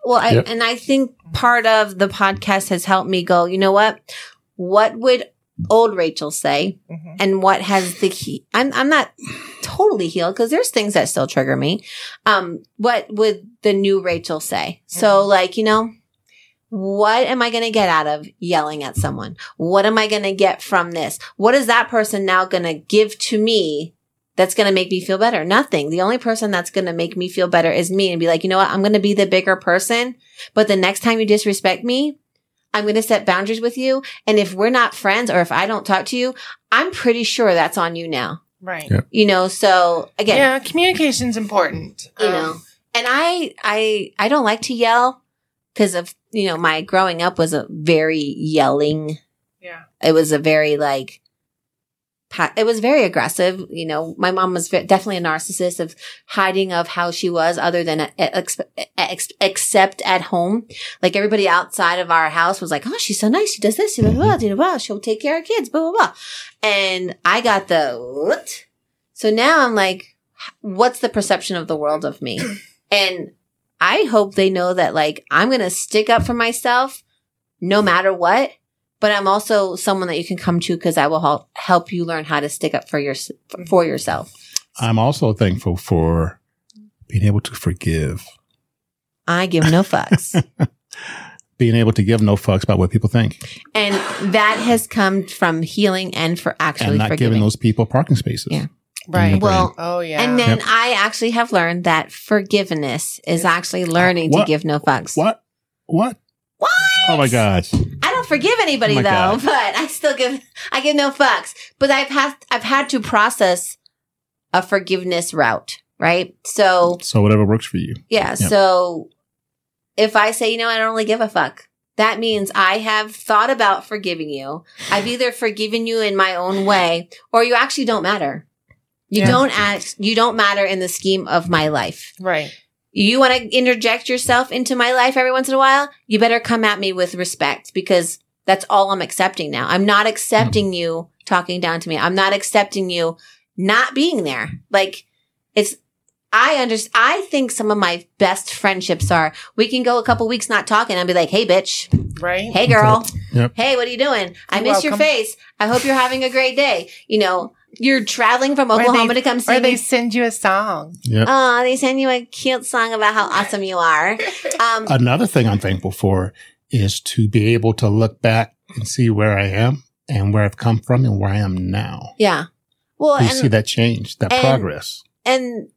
[SPEAKER 3] well, I,
[SPEAKER 2] Yep.
[SPEAKER 3] and I think part of the podcast has helped me go, you know what? What would old Rachel say?
[SPEAKER 4] Mhm.
[SPEAKER 3] and what has the key I'm I'm not totally healed because there's things that still trigger me. Um, what would the new Rachel say? So like, you know, what am I gonna get out of yelling at someone? What am I gonna get from this? What is that person now gonna give to me that's gonna make me feel better? Nothing. The only person that's gonna make me feel better is me and be like, you know what, I'm gonna be the bigger person, but the next time you disrespect me, I'm going to set boundaries with you. And if we're not friends or if I don't talk to you, I'm pretty sure that's on you now.
[SPEAKER 4] Right.
[SPEAKER 2] Yep.
[SPEAKER 3] You know, so again,
[SPEAKER 4] Yeah. Communication's important.
[SPEAKER 3] you
[SPEAKER 4] Um,
[SPEAKER 3] know, and I, I, I don't like to yell because of, you know, my growing up was a very yelling.
[SPEAKER 4] Yeah.
[SPEAKER 3] It was a very like, pa- it was very aggressive. You know, my mom was ve- definitely a narcissist of hiding of how she was other than a- a- ex- ex- except at home. Like everybody outside of our house was like, Oh, she's so nice. She does this. She does well, blah, blah. She'll take care of kids, blah, blah, blah. And I got the what? So now I'm like, what's the perception of the world of me? And I hope they know that like I'm going to stick up for myself no matter what, but I'm also someone that you can come to cuz I will help help you learn how to stick up for your for yourself.
[SPEAKER 2] I'm also thankful for being able to forgive,
[SPEAKER 3] I give no fucks.
[SPEAKER 2] being able to give no fucks about what people think,
[SPEAKER 3] and that has come from healing and for actually
[SPEAKER 2] and not
[SPEAKER 3] forgiving.
[SPEAKER 2] giving those people parking spaces.
[SPEAKER 3] Yeah.
[SPEAKER 4] Right.
[SPEAKER 2] brain.
[SPEAKER 3] Well,
[SPEAKER 4] Oh yeah.
[SPEAKER 3] And then
[SPEAKER 2] Yep.
[SPEAKER 3] I actually have learned that forgiveness is actually learning
[SPEAKER 2] What?
[SPEAKER 3] to give no fucks.
[SPEAKER 2] What? What?
[SPEAKER 3] What?
[SPEAKER 2] Oh my gosh.
[SPEAKER 3] I don't forgive anybody
[SPEAKER 2] Oh my
[SPEAKER 3] though,
[SPEAKER 2] God.
[SPEAKER 3] but I still give I give no fucks. But I've had I've had to process a forgiveness route, right? So
[SPEAKER 2] So whatever works for you.
[SPEAKER 3] yeah,
[SPEAKER 2] Yeah.
[SPEAKER 3] so if I say, you know, I don't really give a fuck, that means I have thought about forgiving you. I've either forgiven you in my own way, or you actually don't matter. You
[SPEAKER 4] Yeah.
[SPEAKER 3] don't act you don't matter in the scheme of my life.
[SPEAKER 4] right.
[SPEAKER 3] you want to interject yourself into my life every once in a while, you better come at me with respect because that's all I'm accepting now. I'm not
[SPEAKER 4] Mm.
[SPEAKER 3] accepting you talking down to me. I'm not accepting you not being there. Like it's, I under, I think some of my best friendships are we can go a couple weeks not talking and be like, Hey bitch.
[SPEAKER 4] Right.
[SPEAKER 3] Hey girl.
[SPEAKER 2] Yep.
[SPEAKER 3] Hey, what are you doing? I
[SPEAKER 4] You're
[SPEAKER 3] miss your
[SPEAKER 4] welcome.
[SPEAKER 3] face. I hope you're having a great day. You know, you're traveling from
[SPEAKER 4] they-
[SPEAKER 3] Oklahoma to come see
[SPEAKER 4] Or
[SPEAKER 3] me.
[SPEAKER 4] they send you a song.
[SPEAKER 2] Yep.
[SPEAKER 3] Oh, they send you a cute song about how awesome you are. Um,
[SPEAKER 2] Another thing I'm thankful for is to be able to look back and see where I am and where I've come from and where I am now.
[SPEAKER 3] yeah. Well,
[SPEAKER 2] you see
[SPEAKER 3] and,
[SPEAKER 2] that change, that
[SPEAKER 3] and-
[SPEAKER 2] progress.
[SPEAKER 3] and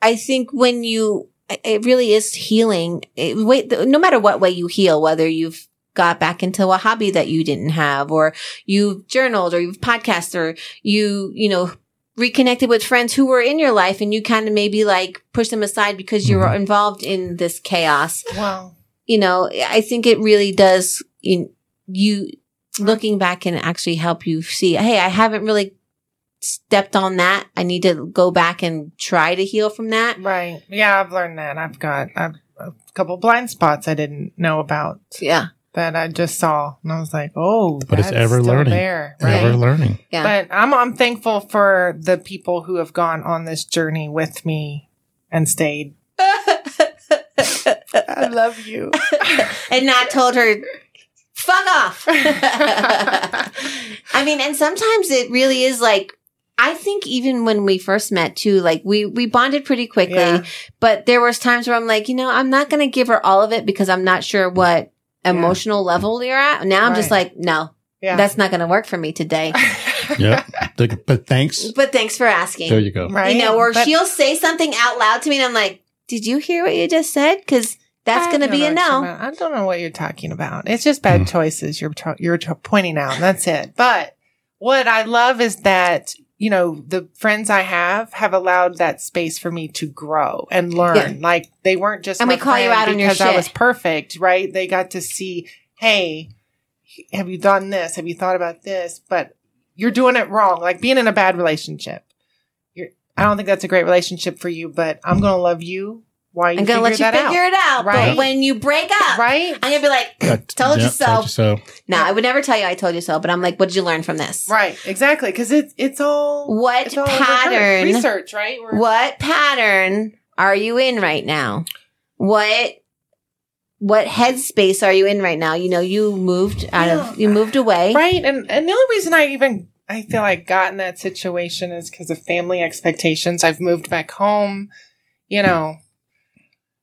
[SPEAKER 3] I think when you, it really is healing. It, wait, no matter what way you heal, whether you've got back into a hobby that you didn't have, or you've journaled, or you've podcasted, or you, you know, reconnected with friends who were in your life and you kind of maybe like push them aside because you were
[SPEAKER 2] Mhm.
[SPEAKER 3] involved in this chaos.
[SPEAKER 4] Well,
[SPEAKER 3] you know, I think it really does in you looking back can actually help you see, hey, I haven't really stepped on that. I need to go back and try to heal from that.
[SPEAKER 4] right. Yeah, I've learned that. I've got I've, a couple blind spots I didn't know about
[SPEAKER 3] Yeah.
[SPEAKER 4] that I just saw, and I was like, oh,
[SPEAKER 2] But it's
[SPEAKER 4] that's
[SPEAKER 2] ever
[SPEAKER 4] still
[SPEAKER 2] learning.
[SPEAKER 4] There,
[SPEAKER 2] And
[SPEAKER 4] right?
[SPEAKER 2] we're learning.
[SPEAKER 3] Yeah.
[SPEAKER 4] But I'm I'm thankful for the people who have gone on this journey with me and stayed. I love you.
[SPEAKER 3] and not told her, fuck off. I mean, and sometimes it really is like, I think even when we first met too, like we, we bonded pretty quickly.
[SPEAKER 4] Yeah.
[SPEAKER 3] but there was times where I'm like, you know, I'm not going to give her all of it because I'm not sure what
[SPEAKER 4] Yeah.
[SPEAKER 3] emotional level you're at. Now I'm just
[SPEAKER 4] Right.
[SPEAKER 3] like, no,
[SPEAKER 4] Yeah.
[SPEAKER 3] that's not going to work for me today.
[SPEAKER 2] Yeah. The- but thanks.
[SPEAKER 3] but thanks for asking.
[SPEAKER 2] There you go.
[SPEAKER 4] right.
[SPEAKER 3] You know, or
[SPEAKER 4] But-
[SPEAKER 3] she'll say something out loud to me and I'm like, did you hear what you just said? Cause that's
[SPEAKER 4] I
[SPEAKER 3] going to
[SPEAKER 4] don't
[SPEAKER 3] be
[SPEAKER 4] know
[SPEAKER 3] a
[SPEAKER 4] what you're
[SPEAKER 3] no.
[SPEAKER 4] about. I don't know what you're talking about. It's just bad
[SPEAKER 2] Mm.
[SPEAKER 4] choices you're to- you're to- pointing out. That's it. But what I love is that you know the friends I have have allowed that space for me to grow and learn. Like they weren't just
[SPEAKER 3] And
[SPEAKER 4] my
[SPEAKER 3] we call you
[SPEAKER 4] friend
[SPEAKER 3] out on your
[SPEAKER 4] because I
[SPEAKER 3] shit.
[SPEAKER 4] was perfect, right? They got to see, hey, have you done this? Have you thought about this? But you're doing it wrong. Like being in a bad relationship. You're, I don't think that's a great relationship for you. But I'm gonna love you. Why you
[SPEAKER 3] I'm going to let you
[SPEAKER 4] that out.
[SPEAKER 3] figure it out. But
[SPEAKER 4] Right.
[SPEAKER 3] when you break up,
[SPEAKER 4] Right?
[SPEAKER 3] I'm going to be like,
[SPEAKER 2] That-
[SPEAKER 3] Told you so.
[SPEAKER 2] Told you so.
[SPEAKER 3] no, I would never tell you I told you so. But I'm like, what did you learn from this?
[SPEAKER 4] Right, exactly, because it's it's all
[SPEAKER 3] What
[SPEAKER 4] it's all research-
[SPEAKER 3] pattern?
[SPEAKER 4] research, right? We're-
[SPEAKER 3] what pattern are you in right now what what headspace are you in right now you know you moved out of you moved away
[SPEAKER 4] Right, and and the only reason I even I feel like got in that situation is because of family expectations. I've moved back home, you know.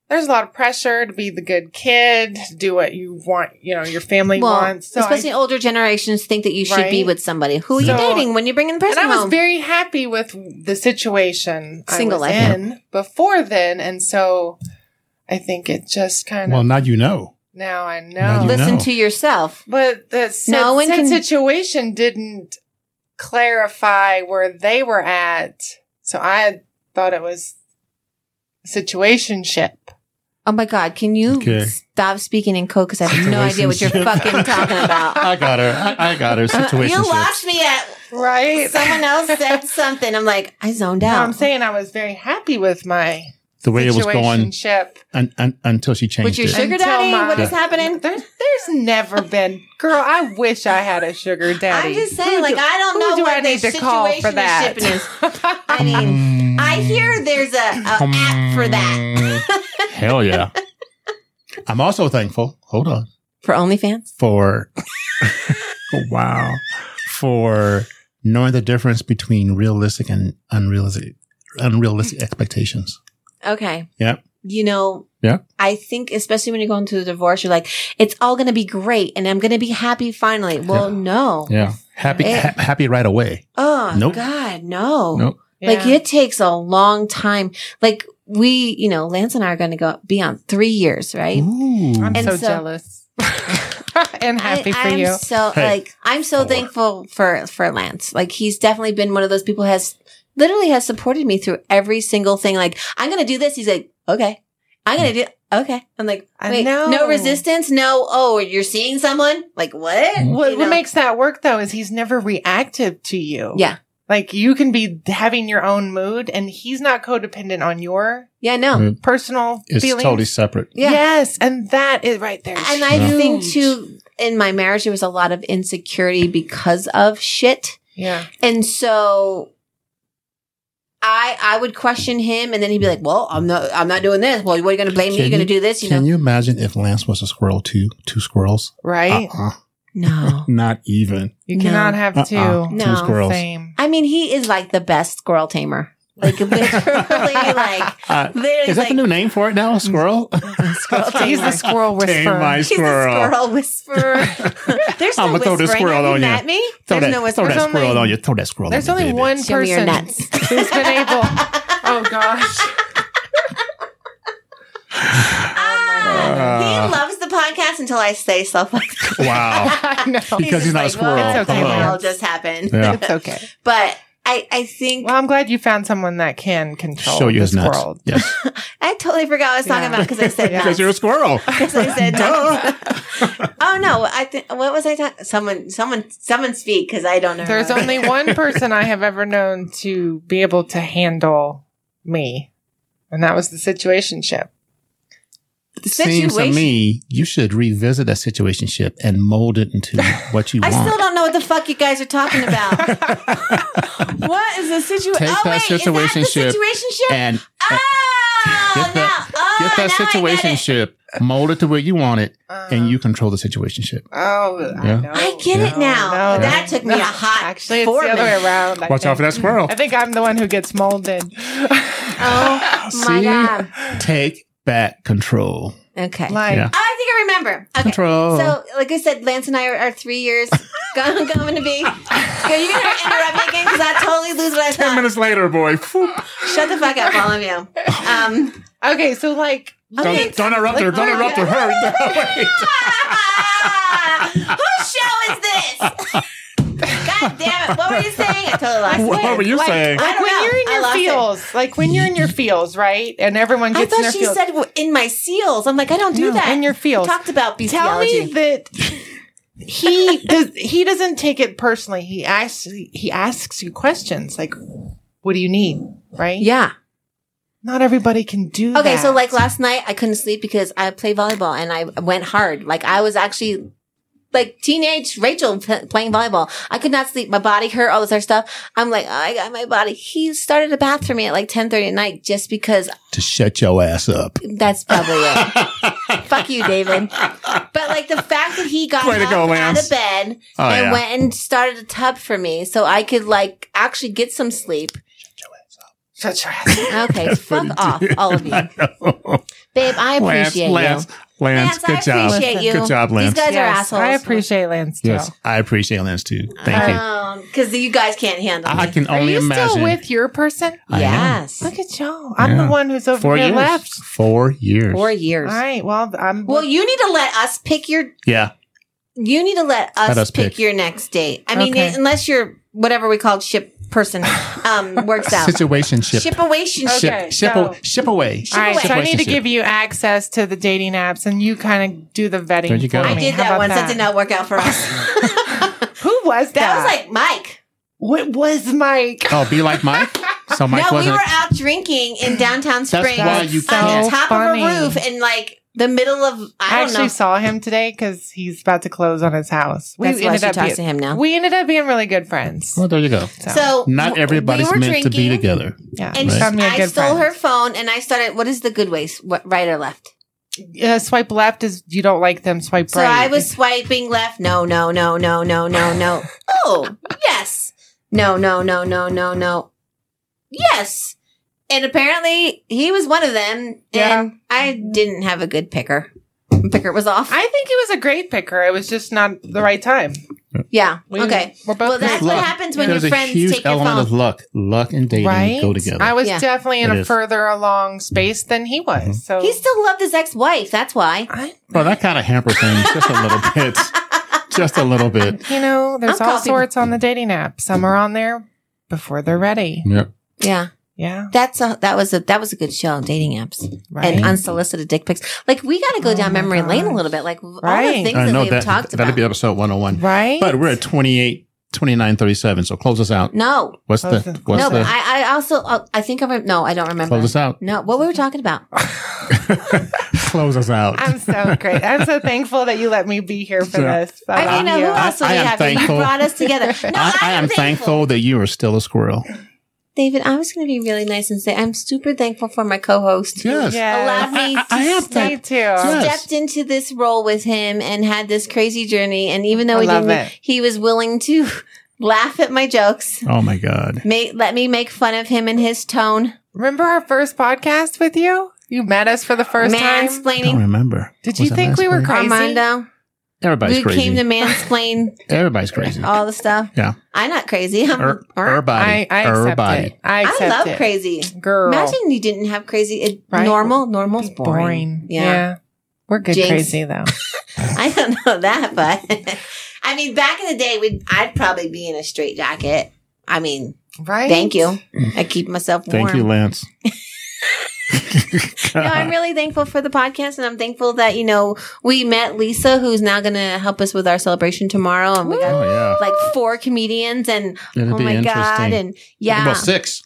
[SPEAKER 4] There's a lot of pressure to be the good kid, to do what you want, you know, your family
[SPEAKER 3] well,
[SPEAKER 4] wants. So I-
[SPEAKER 3] especially older generations think that you should be
[SPEAKER 4] Right.
[SPEAKER 3] with somebody who are you
[SPEAKER 4] So-
[SPEAKER 3] dating when you bring in the person
[SPEAKER 4] and I was
[SPEAKER 3] home
[SPEAKER 4] very happy with the situation
[SPEAKER 3] Single
[SPEAKER 4] I was
[SPEAKER 3] life.
[SPEAKER 4] in before then, and so I think it just kind
[SPEAKER 2] Well,
[SPEAKER 4] of
[SPEAKER 2] now you know.
[SPEAKER 4] now I know.
[SPEAKER 2] Now you
[SPEAKER 3] listen
[SPEAKER 2] No.
[SPEAKER 3] to yourself
[SPEAKER 4] But the said,
[SPEAKER 3] No one
[SPEAKER 4] said
[SPEAKER 3] can-
[SPEAKER 4] situation didn't clarify where they were at. So I thought it was situationship.
[SPEAKER 3] oh my god can you
[SPEAKER 2] Okay.
[SPEAKER 3] stop speaking in code because i have no idea what you're
[SPEAKER 2] Situationship.
[SPEAKER 3] fucking talking about
[SPEAKER 2] I got her. I, I got her. Situation.
[SPEAKER 3] you lost me at
[SPEAKER 4] Right.
[SPEAKER 3] someone else said something i'm like i zoned
[SPEAKER 4] No,
[SPEAKER 3] out
[SPEAKER 4] I'm saying I was very happy with my
[SPEAKER 2] the way it was going
[SPEAKER 4] situationship.
[SPEAKER 2] un, un, until she
[SPEAKER 3] with
[SPEAKER 2] changed
[SPEAKER 3] your
[SPEAKER 2] it.
[SPEAKER 3] sugar
[SPEAKER 4] Until
[SPEAKER 3] daddy
[SPEAKER 4] my-
[SPEAKER 3] what is happening
[SPEAKER 4] There's, there's never been, girl. I wish I had a sugar daddy.
[SPEAKER 3] I'm just
[SPEAKER 4] Who
[SPEAKER 3] saying,
[SPEAKER 4] do-
[SPEAKER 3] like, I don't
[SPEAKER 4] who
[SPEAKER 3] know
[SPEAKER 4] do
[SPEAKER 3] what
[SPEAKER 4] I
[SPEAKER 3] the
[SPEAKER 4] need to
[SPEAKER 3] situation
[SPEAKER 4] call for that?
[SPEAKER 3] is. I mean,
[SPEAKER 2] Mm.
[SPEAKER 3] I hear there's a, a app for that
[SPEAKER 2] Mm. Hell yeah. I'm also thankful. Hold on.
[SPEAKER 3] for OnlyFans.
[SPEAKER 2] For wow. For knowing the difference between realistic and unrealistic unrealistic expectations.
[SPEAKER 3] Okay.
[SPEAKER 2] Yeah.
[SPEAKER 3] You know.
[SPEAKER 2] Yeah.
[SPEAKER 3] I think, especially when you're going through a divorce, you're like, it's all going to be great, and I'm going to be happy finally. Well, no.
[SPEAKER 2] Yeah. Happy
[SPEAKER 3] Eh.
[SPEAKER 2] ha- happy right away.
[SPEAKER 3] Oh
[SPEAKER 2] Nope.
[SPEAKER 3] God, no.
[SPEAKER 2] Nope.
[SPEAKER 3] Like
[SPEAKER 4] Yeah.
[SPEAKER 3] it takes a long time. Like we, you know, Lance and I are going to go be on three years, right?
[SPEAKER 2] Ooh.
[SPEAKER 4] I'm
[SPEAKER 3] And
[SPEAKER 4] so,
[SPEAKER 3] so-
[SPEAKER 4] jealous and happy
[SPEAKER 3] I,
[SPEAKER 4] for
[SPEAKER 3] I'm
[SPEAKER 4] you.
[SPEAKER 3] So
[SPEAKER 2] Hey.
[SPEAKER 3] like I'm so
[SPEAKER 2] Four.
[SPEAKER 3] thankful for for Lance. Like he's definitely been one of those people who has literally has supported me through every single thing. Like I'm gonna do this. He's like, okay. I'm gonna do okay. I'm like,
[SPEAKER 4] I
[SPEAKER 3] wait,
[SPEAKER 4] know.
[SPEAKER 3] no resistance, no. Oh, you're seeing someone? Like what?
[SPEAKER 4] what,
[SPEAKER 3] You
[SPEAKER 4] what
[SPEAKER 3] know?
[SPEAKER 4] makes that work though is he's never reactive to you.
[SPEAKER 3] Yeah.
[SPEAKER 4] Like you can be having your own mood and he's not codependent on your
[SPEAKER 3] yeah, no,
[SPEAKER 2] Mm.
[SPEAKER 4] personal
[SPEAKER 2] It's
[SPEAKER 4] feelings.
[SPEAKER 2] totally separate.
[SPEAKER 3] yeah.
[SPEAKER 4] Yes. And that is right there. is
[SPEAKER 3] And I
[SPEAKER 4] huge.
[SPEAKER 3] think too, in my marriage, there was a lot of insecurity because of shit.
[SPEAKER 4] Yeah.
[SPEAKER 3] And so I I would question him and then he'd be like, Well, I'm not I'm not doing this. Well, what are you gonna blame me?
[SPEAKER 2] Can
[SPEAKER 3] You're gonna
[SPEAKER 2] you-
[SPEAKER 3] do this, you know?
[SPEAKER 2] Can you imagine if Lance was a squirrel too? Two squirrels?
[SPEAKER 4] Right.
[SPEAKER 2] Uh-uh.
[SPEAKER 3] no.
[SPEAKER 2] Not even.
[SPEAKER 4] You
[SPEAKER 3] No.
[SPEAKER 4] cannot have
[SPEAKER 2] Uh-uh.
[SPEAKER 4] 2
[SPEAKER 3] No.
[SPEAKER 2] Two squirrels.
[SPEAKER 4] Same.
[SPEAKER 3] I mean, he is like the best squirrel tamer. Like literally like
[SPEAKER 2] Uh,
[SPEAKER 3] literally
[SPEAKER 2] is that
[SPEAKER 3] like,
[SPEAKER 2] the new name for it now? Squirrel?
[SPEAKER 3] squirrel
[SPEAKER 4] He's
[SPEAKER 3] tamer.
[SPEAKER 4] the squirrel whisperer.
[SPEAKER 2] Tame my
[SPEAKER 3] He's a
[SPEAKER 2] squirrel.
[SPEAKER 3] squirrel whisperer. There's no
[SPEAKER 2] I'ma throw this
[SPEAKER 3] whispering.
[SPEAKER 2] squirrel
[SPEAKER 3] Are you
[SPEAKER 2] on you.
[SPEAKER 3] mad at me?
[SPEAKER 2] Throw that,
[SPEAKER 4] There's no
[SPEAKER 2] throw
[SPEAKER 4] whispering.
[SPEAKER 2] that
[SPEAKER 4] There's
[SPEAKER 2] squirrel
[SPEAKER 4] only-
[SPEAKER 2] on you. Throw that squirrel
[SPEAKER 4] There's
[SPEAKER 2] on you.
[SPEAKER 4] only
[SPEAKER 2] baby.
[SPEAKER 4] one
[SPEAKER 3] Show me your
[SPEAKER 4] person
[SPEAKER 3] nuts.
[SPEAKER 4] who's been able. Oh gosh.
[SPEAKER 3] Ah,
[SPEAKER 2] Uh.
[SPEAKER 3] he loves the podcast until I say stuff like that.
[SPEAKER 2] Wow.
[SPEAKER 4] I know.
[SPEAKER 2] Because he's
[SPEAKER 3] just
[SPEAKER 2] not a squirrel.
[SPEAKER 3] Well,
[SPEAKER 4] Come on.
[SPEAKER 3] It all just happened.
[SPEAKER 2] Yeah.
[SPEAKER 4] It's okay.
[SPEAKER 3] But I, I think
[SPEAKER 4] Well, I'm glad you found someone that can control
[SPEAKER 2] Show you
[SPEAKER 4] this
[SPEAKER 2] his nuts.
[SPEAKER 4] world.
[SPEAKER 2] Yes.
[SPEAKER 3] I totally forgot what I was talking
[SPEAKER 4] Yeah.
[SPEAKER 3] about because I said
[SPEAKER 4] Yeah.
[SPEAKER 2] Because
[SPEAKER 3] nuts.
[SPEAKER 2] you're a squirrel.
[SPEAKER 3] Because I said nuts. oh no! I think what was I talking? Someone, someone, someone speak because I don't know.
[SPEAKER 4] There's only one person I have ever known to be able to handle me, and that was the situation ship.
[SPEAKER 2] It seems to
[SPEAKER 3] Situation-
[SPEAKER 2] me you should revisit that situationship and mold it into what you
[SPEAKER 3] I
[SPEAKER 2] want.
[SPEAKER 3] still don't know what the fuck you guys are talking about. what is the situation?
[SPEAKER 2] Take
[SPEAKER 3] Oh wait,
[SPEAKER 2] that
[SPEAKER 3] is that
[SPEAKER 2] situationship
[SPEAKER 3] the situationship?
[SPEAKER 2] and
[SPEAKER 3] oh,
[SPEAKER 2] Get that-
[SPEAKER 3] now, oh,
[SPEAKER 2] get that
[SPEAKER 3] now I get it.
[SPEAKER 2] situationship, mold it to where you want it, and you control the situationship.
[SPEAKER 4] Oh,
[SPEAKER 2] Yeah.
[SPEAKER 4] Uh-huh. I, know.
[SPEAKER 3] I get it
[SPEAKER 4] No,
[SPEAKER 3] now.
[SPEAKER 4] no,
[SPEAKER 3] That
[SPEAKER 4] no.
[SPEAKER 3] took me a hot
[SPEAKER 4] Actually, it's
[SPEAKER 3] four
[SPEAKER 4] the other
[SPEAKER 3] minutes.
[SPEAKER 4] way around. I
[SPEAKER 2] Watch out
[SPEAKER 4] think.
[SPEAKER 2] for that squirrel.
[SPEAKER 4] I think I'm the one who gets molded.
[SPEAKER 3] Oh my
[SPEAKER 2] See?
[SPEAKER 3] god.
[SPEAKER 2] Take back control.
[SPEAKER 3] Okay.
[SPEAKER 4] like,
[SPEAKER 2] Yeah.
[SPEAKER 3] Oh, I think I remember. Okay.
[SPEAKER 2] Control.
[SPEAKER 3] So, like I said, Lance and I are, are three years going, going to be. Are you going to interrupt me again? Because I totally lose what I
[SPEAKER 2] Ten
[SPEAKER 3] thought.
[SPEAKER 2] minutes later, boy. Phoop.
[SPEAKER 3] Shut the fuck up, all of you. Um,
[SPEAKER 4] okay, so like,
[SPEAKER 3] okay.
[SPEAKER 2] Don't, don't erupt her. Don't
[SPEAKER 4] Like,
[SPEAKER 2] erupt her. Hurry. Wait.
[SPEAKER 3] Ah, whose show is this? God damn it. What were you saying? I totally lost
[SPEAKER 2] What
[SPEAKER 3] it.
[SPEAKER 2] were you
[SPEAKER 4] like,
[SPEAKER 2] saying?
[SPEAKER 4] Like
[SPEAKER 3] I don't
[SPEAKER 4] when
[SPEAKER 3] know.
[SPEAKER 4] you're in
[SPEAKER 3] I
[SPEAKER 4] your
[SPEAKER 3] lost it.
[SPEAKER 4] feels, like when you're in your feels, right? And everyone
[SPEAKER 3] I
[SPEAKER 4] gets in
[SPEAKER 3] thought
[SPEAKER 4] their
[SPEAKER 3] she
[SPEAKER 4] feels.
[SPEAKER 3] said w- in my seals. I'm like, I don't do
[SPEAKER 4] No,
[SPEAKER 3] that.
[SPEAKER 4] in your feels.
[SPEAKER 3] talked about
[SPEAKER 4] Tell
[SPEAKER 3] bestiality.
[SPEAKER 4] me that he does. He doesn't take it personally. He asks. He asks you questions like, "What do you need?" Right?
[SPEAKER 3] yeah.
[SPEAKER 4] Not everybody can do.
[SPEAKER 3] Okay, so
[SPEAKER 4] that.
[SPEAKER 3] like last night I couldn't sleep because I played volleyball and I went hard. Like I was actually like teenage Rachel p- playing volleyball. I could not sleep. My body hurt, all this other stuff. I'm like, "Oh, I got my body. He started a bath for me at like 10:30 at night just because
[SPEAKER 2] To shut your ass up.
[SPEAKER 3] that's probably it. Fuck you, David. But like the fact that he got
[SPEAKER 2] Way to
[SPEAKER 3] up
[SPEAKER 2] go,
[SPEAKER 3] out
[SPEAKER 2] Lance.
[SPEAKER 3] of bed
[SPEAKER 2] Oh,
[SPEAKER 3] and
[SPEAKER 2] yeah.
[SPEAKER 3] went and started a tub for me so I could like actually get some sleep.
[SPEAKER 4] shut your ass.
[SPEAKER 3] Okay, fuck off, all of you. Babe, I
[SPEAKER 2] Lance,
[SPEAKER 3] appreciate
[SPEAKER 2] Lance,
[SPEAKER 3] you.
[SPEAKER 2] Lance, good
[SPEAKER 3] I
[SPEAKER 2] job.
[SPEAKER 3] appreciate you.
[SPEAKER 2] Good job, Lance.
[SPEAKER 3] These guys
[SPEAKER 4] Yes,
[SPEAKER 3] are assholes.
[SPEAKER 4] I appreciate Lance too.
[SPEAKER 2] Yes, I appreciate Lance too. Thank you.
[SPEAKER 3] Um, Because you guys can't handle
[SPEAKER 2] I
[SPEAKER 3] it.
[SPEAKER 2] can
[SPEAKER 4] Are
[SPEAKER 2] only
[SPEAKER 4] you
[SPEAKER 2] imagine.
[SPEAKER 4] still with your person?
[SPEAKER 2] I am.
[SPEAKER 3] yes.
[SPEAKER 4] Look at y'all. I'm
[SPEAKER 2] Yeah.
[SPEAKER 4] the one who's over
[SPEAKER 2] Four
[SPEAKER 4] here
[SPEAKER 2] years.
[SPEAKER 4] left.
[SPEAKER 2] Four years.
[SPEAKER 3] Four
[SPEAKER 4] All
[SPEAKER 3] years.
[SPEAKER 4] right. Well, I'm.
[SPEAKER 3] Well, you need to let us pick your.
[SPEAKER 2] Yeah.
[SPEAKER 3] You need to let us,
[SPEAKER 2] Let us
[SPEAKER 3] pick,
[SPEAKER 2] pick.
[SPEAKER 3] your next date. I mean,
[SPEAKER 4] Okay.
[SPEAKER 3] unless you're whatever we call ship person um, works out.
[SPEAKER 2] Situation ship.
[SPEAKER 3] Ship away. Ship.
[SPEAKER 4] Okay.
[SPEAKER 2] Ship, ship,
[SPEAKER 4] so-
[SPEAKER 2] a- ship away.
[SPEAKER 4] all right, so I need to
[SPEAKER 2] Situationship.
[SPEAKER 4] give you access to the dating apps, and you kind of do the vetting.
[SPEAKER 2] There you go.
[SPEAKER 4] for
[SPEAKER 2] I
[SPEAKER 3] I
[SPEAKER 4] me.
[SPEAKER 3] did
[SPEAKER 4] How
[SPEAKER 3] that
[SPEAKER 4] about
[SPEAKER 3] once. That did not work out for us.
[SPEAKER 4] Who was that?
[SPEAKER 3] that was like Mike.
[SPEAKER 4] what was Mike?
[SPEAKER 2] Oh, be like Mike. So Mike
[SPEAKER 3] no, we
[SPEAKER 2] wasn't.
[SPEAKER 3] were out drinking in downtown
[SPEAKER 2] That's
[SPEAKER 3] Springs
[SPEAKER 2] why you
[SPEAKER 3] on
[SPEAKER 2] can't-
[SPEAKER 3] the top
[SPEAKER 4] Funny.
[SPEAKER 3] of a roof in like the middle of I
[SPEAKER 4] I,
[SPEAKER 3] don't
[SPEAKER 4] actually
[SPEAKER 3] know.
[SPEAKER 4] saw him today because he's about to close on his house.
[SPEAKER 3] That's why she
[SPEAKER 4] up
[SPEAKER 3] talks
[SPEAKER 4] being-
[SPEAKER 3] to him now.
[SPEAKER 4] We ended up being really good friends.
[SPEAKER 2] well, there you go.
[SPEAKER 4] So,
[SPEAKER 3] So
[SPEAKER 2] Not
[SPEAKER 3] w-
[SPEAKER 2] everybody's
[SPEAKER 3] we were
[SPEAKER 2] meant to be
[SPEAKER 3] drinking.
[SPEAKER 2] together.
[SPEAKER 4] yeah,
[SPEAKER 3] And
[SPEAKER 2] Right.
[SPEAKER 4] she found me a
[SPEAKER 3] I
[SPEAKER 4] good
[SPEAKER 3] stole her
[SPEAKER 4] friend.
[SPEAKER 3] phone and I started. What is the good way? What, right or left?
[SPEAKER 4] Uh, swipe left is you don't like them. Swipe
[SPEAKER 3] So
[SPEAKER 4] right.
[SPEAKER 3] I was swiping left. No, no, no, no, no, no, no. Oh, yes. No, no, no, no, no, no. Yes. And apparently he was one of them.
[SPEAKER 4] Yeah.
[SPEAKER 3] And I didn't have a good picker. Picker was off.
[SPEAKER 4] I think he was a great picker. It was just not the right time.
[SPEAKER 3] Yeah.
[SPEAKER 4] We-
[SPEAKER 3] okay.
[SPEAKER 4] We're both
[SPEAKER 3] Well, that's
[SPEAKER 2] luck.
[SPEAKER 3] what happens when
[SPEAKER 2] There's
[SPEAKER 3] your
[SPEAKER 2] a
[SPEAKER 3] friends
[SPEAKER 2] huge
[SPEAKER 3] take your
[SPEAKER 2] element
[SPEAKER 3] phone.
[SPEAKER 2] of luck. Luck and dating
[SPEAKER 4] right.
[SPEAKER 2] go together.
[SPEAKER 4] I was
[SPEAKER 3] Yeah.
[SPEAKER 4] definitely in
[SPEAKER 2] It
[SPEAKER 4] a
[SPEAKER 2] is. Mm-hmm.
[SPEAKER 4] further along space than he was. So
[SPEAKER 3] he still loved his ex-wife. That's why.
[SPEAKER 4] I,
[SPEAKER 2] well, that kind of hampers things just a little bit. Just a little bit.
[SPEAKER 4] you know, there's
[SPEAKER 3] I'm
[SPEAKER 4] all
[SPEAKER 3] coffee-
[SPEAKER 4] sorts on the dating app. Some
[SPEAKER 2] Mm-hmm.
[SPEAKER 4] are on there before they're ready.
[SPEAKER 2] Yep.
[SPEAKER 3] Yeah.
[SPEAKER 4] Yeah,
[SPEAKER 3] That's a that was a that was a good show. Dating apps
[SPEAKER 4] right.
[SPEAKER 3] and unsolicited dick pics. Like we got to go
[SPEAKER 4] Mm-hmm. Oh
[SPEAKER 3] down
[SPEAKER 4] my
[SPEAKER 3] memory lane a
[SPEAKER 4] gosh.
[SPEAKER 3] little bit. Like all the
[SPEAKER 4] Right.
[SPEAKER 3] things
[SPEAKER 2] I
[SPEAKER 3] that
[SPEAKER 2] know
[SPEAKER 3] we've
[SPEAKER 2] that
[SPEAKER 3] talked
[SPEAKER 2] that'd
[SPEAKER 3] about.
[SPEAKER 2] be episode 101.
[SPEAKER 4] right.
[SPEAKER 2] But we're at 28, 29, 37. So close us out.
[SPEAKER 3] no,
[SPEAKER 2] What's
[SPEAKER 4] Close
[SPEAKER 2] the
[SPEAKER 4] us-
[SPEAKER 2] what's
[SPEAKER 3] no.
[SPEAKER 2] the
[SPEAKER 3] But I I also uh, I think I rem- no I don't remember.
[SPEAKER 2] close us out?
[SPEAKER 3] No, what we were talking about.
[SPEAKER 2] close us out.
[SPEAKER 4] I'm so great. I'm so thankful that you let me be here for
[SPEAKER 2] Yeah.
[SPEAKER 4] this. I
[SPEAKER 3] I,
[SPEAKER 4] love
[SPEAKER 3] you know who
[SPEAKER 4] you.
[SPEAKER 3] else do
[SPEAKER 2] I-
[SPEAKER 3] we
[SPEAKER 2] I am
[SPEAKER 3] have? here? You
[SPEAKER 2] thankful.
[SPEAKER 3] brought us together. No,
[SPEAKER 2] I, I am thankful that you are still a squirrel.
[SPEAKER 3] David. I was going to be really nice and say I'm super thankful for my co-host. who
[SPEAKER 2] Yes.
[SPEAKER 4] Yes.
[SPEAKER 3] allowed me
[SPEAKER 2] I-
[SPEAKER 3] to
[SPEAKER 2] I- I am
[SPEAKER 3] step
[SPEAKER 4] Me
[SPEAKER 2] thankful.
[SPEAKER 4] too.
[SPEAKER 2] Yeah. Yes.
[SPEAKER 3] stepped into this role with him and had this crazy journey. And even though
[SPEAKER 4] I
[SPEAKER 3] he
[SPEAKER 4] love
[SPEAKER 3] didn't,
[SPEAKER 4] it.
[SPEAKER 3] he was willing to laugh at my jokes.
[SPEAKER 2] Oh my god.
[SPEAKER 3] Make, let me make fun of him and his tone,
[SPEAKER 4] Remember our first podcast with you? You met us for the first time.
[SPEAKER 2] I don't
[SPEAKER 3] mansplaining.
[SPEAKER 2] remember.
[SPEAKER 4] Did
[SPEAKER 2] Was
[SPEAKER 4] you
[SPEAKER 2] that
[SPEAKER 4] think
[SPEAKER 2] last
[SPEAKER 4] we were
[SPEAKER 2] week?
[SPEAKER 4] crazy?
[SPEAKER 3] Armando,
[SPEAKER 2] Everybody's
[SPEAKER 3] we
[SPEAKER 2] crazy.
[SPEAKER 3] came to mansplain
[SPEAKER 2] Everybody's crazy.
[SPEAKER 3] all the stuff.
[SPEAKER 2] Yeah.
[SPEAKER 3] I'm not crazy. I'm,
[SPEAKER 2] Er,
[SPEAKER 3] er-
[SPEAKER 2] everybody.
[SPEAKER 4] I, I accept
[SPEAKER 2] everybody.
[SPEAKER 4] it. I
[SPEAKER 3] I
[SPEAKER 4] accept
[SPEAKER 3] love
[SPEAKER 4] it.
[SPEAKER 3] crazy.
[SPEAKER 4] Girl.
[SPEAKER 3] Imagine you didn't have crazy. It,
[SPEAKER 4] Right.
[SPEAKER 3] Normal, normal's
[SPEAKER 4] boring.
[SPEAKER 3] boring.
[SPEAKER 4] Yeah.
[SPEAKER 3] yeah.
[SPEAKER 4] We're good
[SPEAKER 3] Jinx.
[SPEAKER 4] crazy though.
[SPEAKER 3] I don't know that, but I mean, back in the day, we'd, I'd probably be in a straight jacket. I mean,
[SPEAKER 4] Right?
[SPEAKER 3] thank you. I keep myself warm.
[SPEAKER 2] Thank you, Lance.
[SPEAKER 3] No, I'm really thankful for the podcast, and I'm thankful that you know we met Lisa, who's now going to help us with our celebration tomorrow, and we got
[SPEAKER 2] Oh yeah.
[SPEAKER 3] like four comedians, and
[SPEAKER 2] It'll
[SPEAKER 3] oh
[SPEAKER 2] be
[SPEAKER 3] my
[SPEAKER 2] interesting.
[SPEAKER 3] god, and yeah,
[SPEAKER 2] Well, six.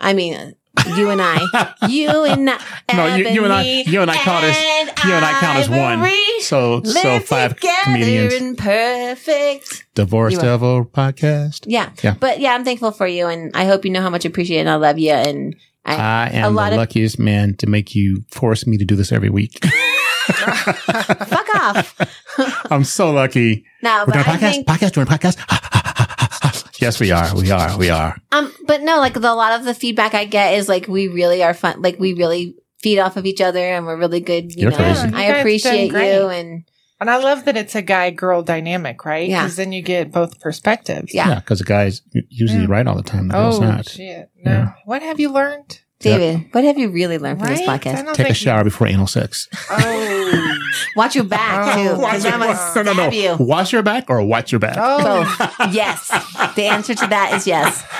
[SPEAKER 3] I mean, uh, you and I, you and
[SPEAKER 2] No, you- you and I- you and I count as- you and I count as one.
[SPEAKER 3] Ivory
[SPEAKER 2] So so
[SPEAKER 3] live
[SPEAKER 2] five
[SPEAKER 3] together
[SPEAKER 2] comedians.
[SPEAKER 3] in perfect.
[SPEAKER 2] Divorce
[SPEAKER 3] You are-
[SPEAKER 2] Devil podcast.
[SPEAKER 3] Yeah.
[SPEAKER 2] Yeah.
[SPEAKER 3] But yeah, I'm thankful for you and I hope you know how much I appreciate it and I love you and I-
[SPEAKER 2] I am
[SPEAKER 3] a lot
[SPEAKER 2] the
[SPEAKER 3] of-
[SPEAKER 2] luckiest man to make you force me to do this every week.
[SPEAKER 3] fuck off.
[SPEAKER 2] I'm so lucky.
[SPEAKER 3] No,
[SPEAKER 2] We're
[SPEAKER 3] but
[SPEAKER 2] doing a
[SPEAKER 3] I
[SPEAKER 2] podcast,
[SPEAKER 3] think
[SPEAKER 2] podcast, doing a podcast. yes, we are. We are. We are.
[SPEAKER 3] um but no, like the, a lot of the feedback I get is like we really are fun like we really feed off of each other and we're really good, you
[SPEAKER 2] You're
[SPEAKER 3] know.
[SPEAKER 2] crazy.
[SPEAKER 4] Yeah, you
[SPEAKER 3] I
[SPEAKER 4] guys done
[SPEAKER 3] appreciate you
[SPEAKER 4] great.
[SPEAKER 3] and
[SPEAKER 4] And I love that it's a guy girl dynamic, right?
[SPEAKER 3] Yeah.
[SPEAKER 4] Because then you get both perspectives.
[SPEAKER 3] Yeah.
[SPEAKER 2] Yeah, because the guy's usually
[SPEAKER 4] Yeah.
[SPEAKER 2] right all the time. The girl's
[SPEAKER 4] Oh
[SPEAKER 2] not.
[SPEAKER 4] shit. No.
[SPEAKER 2] Yeah.
[SPEAKER 4] What have you learned?
[SPEAKER 3] David, what have you really learned from this
[SPEAKER 4] Right? I
[SPEAKER 3] podcast?
[SPEAKER 4] don't
[SPEAKER 2] Take a
[SPEAKER 4] think-
[SPEAKER 2] shower before anal sex.
[SPEAKER 4] Oh.
[SPEAKER 3] Watch your back too.
[SPEAKER 4] Oh,
[SPEAKER 3] Because
[SPEAKER 4] watch
[SPEAKER 3] I'm
[SPEAKER 4] your
[SPEAKER 3] gonna stab
[SPEAKER 4] back.
[SPEAKER 3] you.
[SPEAKER 2] Wash your back or watch your back.
[SPEAKER 4] oh.
[SPEAKER 3] Both. yes. The answer to that is yes.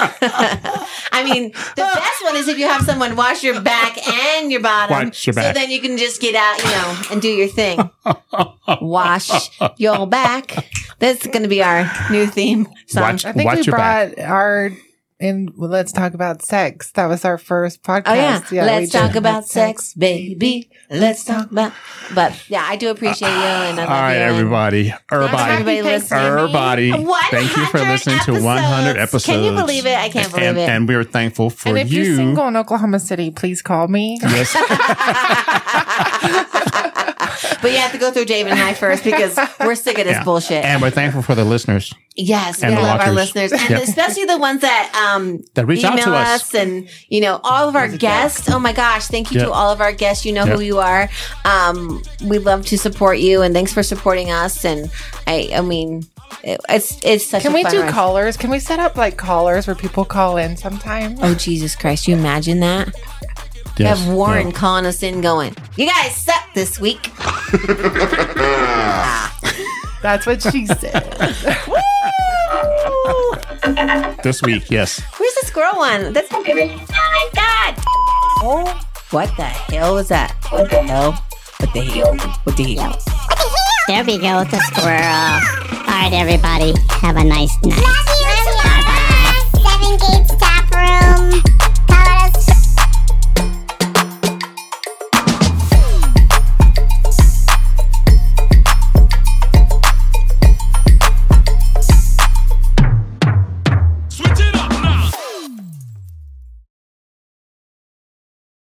[SPEAKER 3] I mean, the best one is if you have someone wash your back and your bottom.
[SPEAKER 2] Wash your
[SPEAKER 3] So
[SPEAKER 2] back.
[SPEAKER 3] then you can just get out, you know, and do your thing. Wash your back. That's going to be our new theme song.
[SPEAKER 2] Watch-
[SPEAKER 4] I think
[SPEAKER 2] Watch
[SPEAKER 4] we
[SPEAKER 2] your back.
[SPEAKER 4] brought our and well, let's talk about sex. That was our first podcast.
[SPEAKER 3] Oh yeah.
[SPEAKER 4] we
[SPEAKER 3] let's
[SPEAKER 4] did.
[SPEAKER 3] talk about sex, baby. Let's talk about. But yeah, I do appreciate you, and I
[SPEAKER 2] All
[SPEAKER 3] love
[SPEAKER 2] right,
[SPEAKER 3] you. and-
[SPEAKER 2] everybody. Everybody.
[SPEAKER 3] everybody
[SPEAKER 2] Everybody.
[SPEAKER 3] 100
[SPEAKER 2] Thank you for listening to 100 episodes.
[SPEAKER 3] Can you believe it? I can't believe
[SPEAKER 2] and,
[SPEAKER 3] it.
[SPEAKER 2] and we are thankful for
[SPEAKER 4] And if
[SPEAKER 2] you.
[SPEAKER 4] you're single in Oklahoma City, please call me.
[SPEAKER 2] Yes.
[SPEAKER 3] but you have to go through David and I first because we're sick of this
[SPEAKER 2] Yeah.
[SPEAKER 3] bullshit.
[SPEAKER 2] and we're thankful for the listeners
[SPEAKER 3] yes, we
[SPEAKER 2] and the
[SPEAKER 3] love our
[SPEAKER 2] walkers.
[SPEAKER 3] listeners, and
[SPEAKER 2] Yep.
[SPEAKER 3] especially the ones that um,
[SPEAKER 2] that reach out to
[SPEAKER 3] email
[SPEAKER 2] us.
[SPEAKER 3] and you know all of our guests. Oh my gosh, thank you
[SPEAKER 2] Yep.
[SPEAKER 3] to all of our guests. You know who
[SPEAKER 2] Yep.
[SPEAKER 3] you are. Um, we love to support you, and thanks for supporting us. And I, I mean, it, it's it's such.
[SPEAKER 4] Can
[SPEAKER 3] a
[SPEAKER 4] we
[SPEAKER 3] fun
[SPEAKER 4] do
[SPEAKER 3] ride.
[SPEAKER 4] callers? Can we set up like callers where people call in sometime?
[SPEAKER 3] Oh Jesus Christ! You imagine that? You
[SPEAKER 2] Yes.
[SPEAKER 3] have Warren
[SPEAKER 2] Yeah.
[SPEAKER 3] calling us in, going, "You guys suck this week."
[SPEAKER 4] That's what she said.
[SPEAKER 2] This week, yes.
[SPEAKER 3] Where's the squirrel one? That's oh my god! What the hell was that? What the hell? What the hell? What the hell?
[SPEAKER 5] There we go with the squirrel. All right, everybody, have a nice night.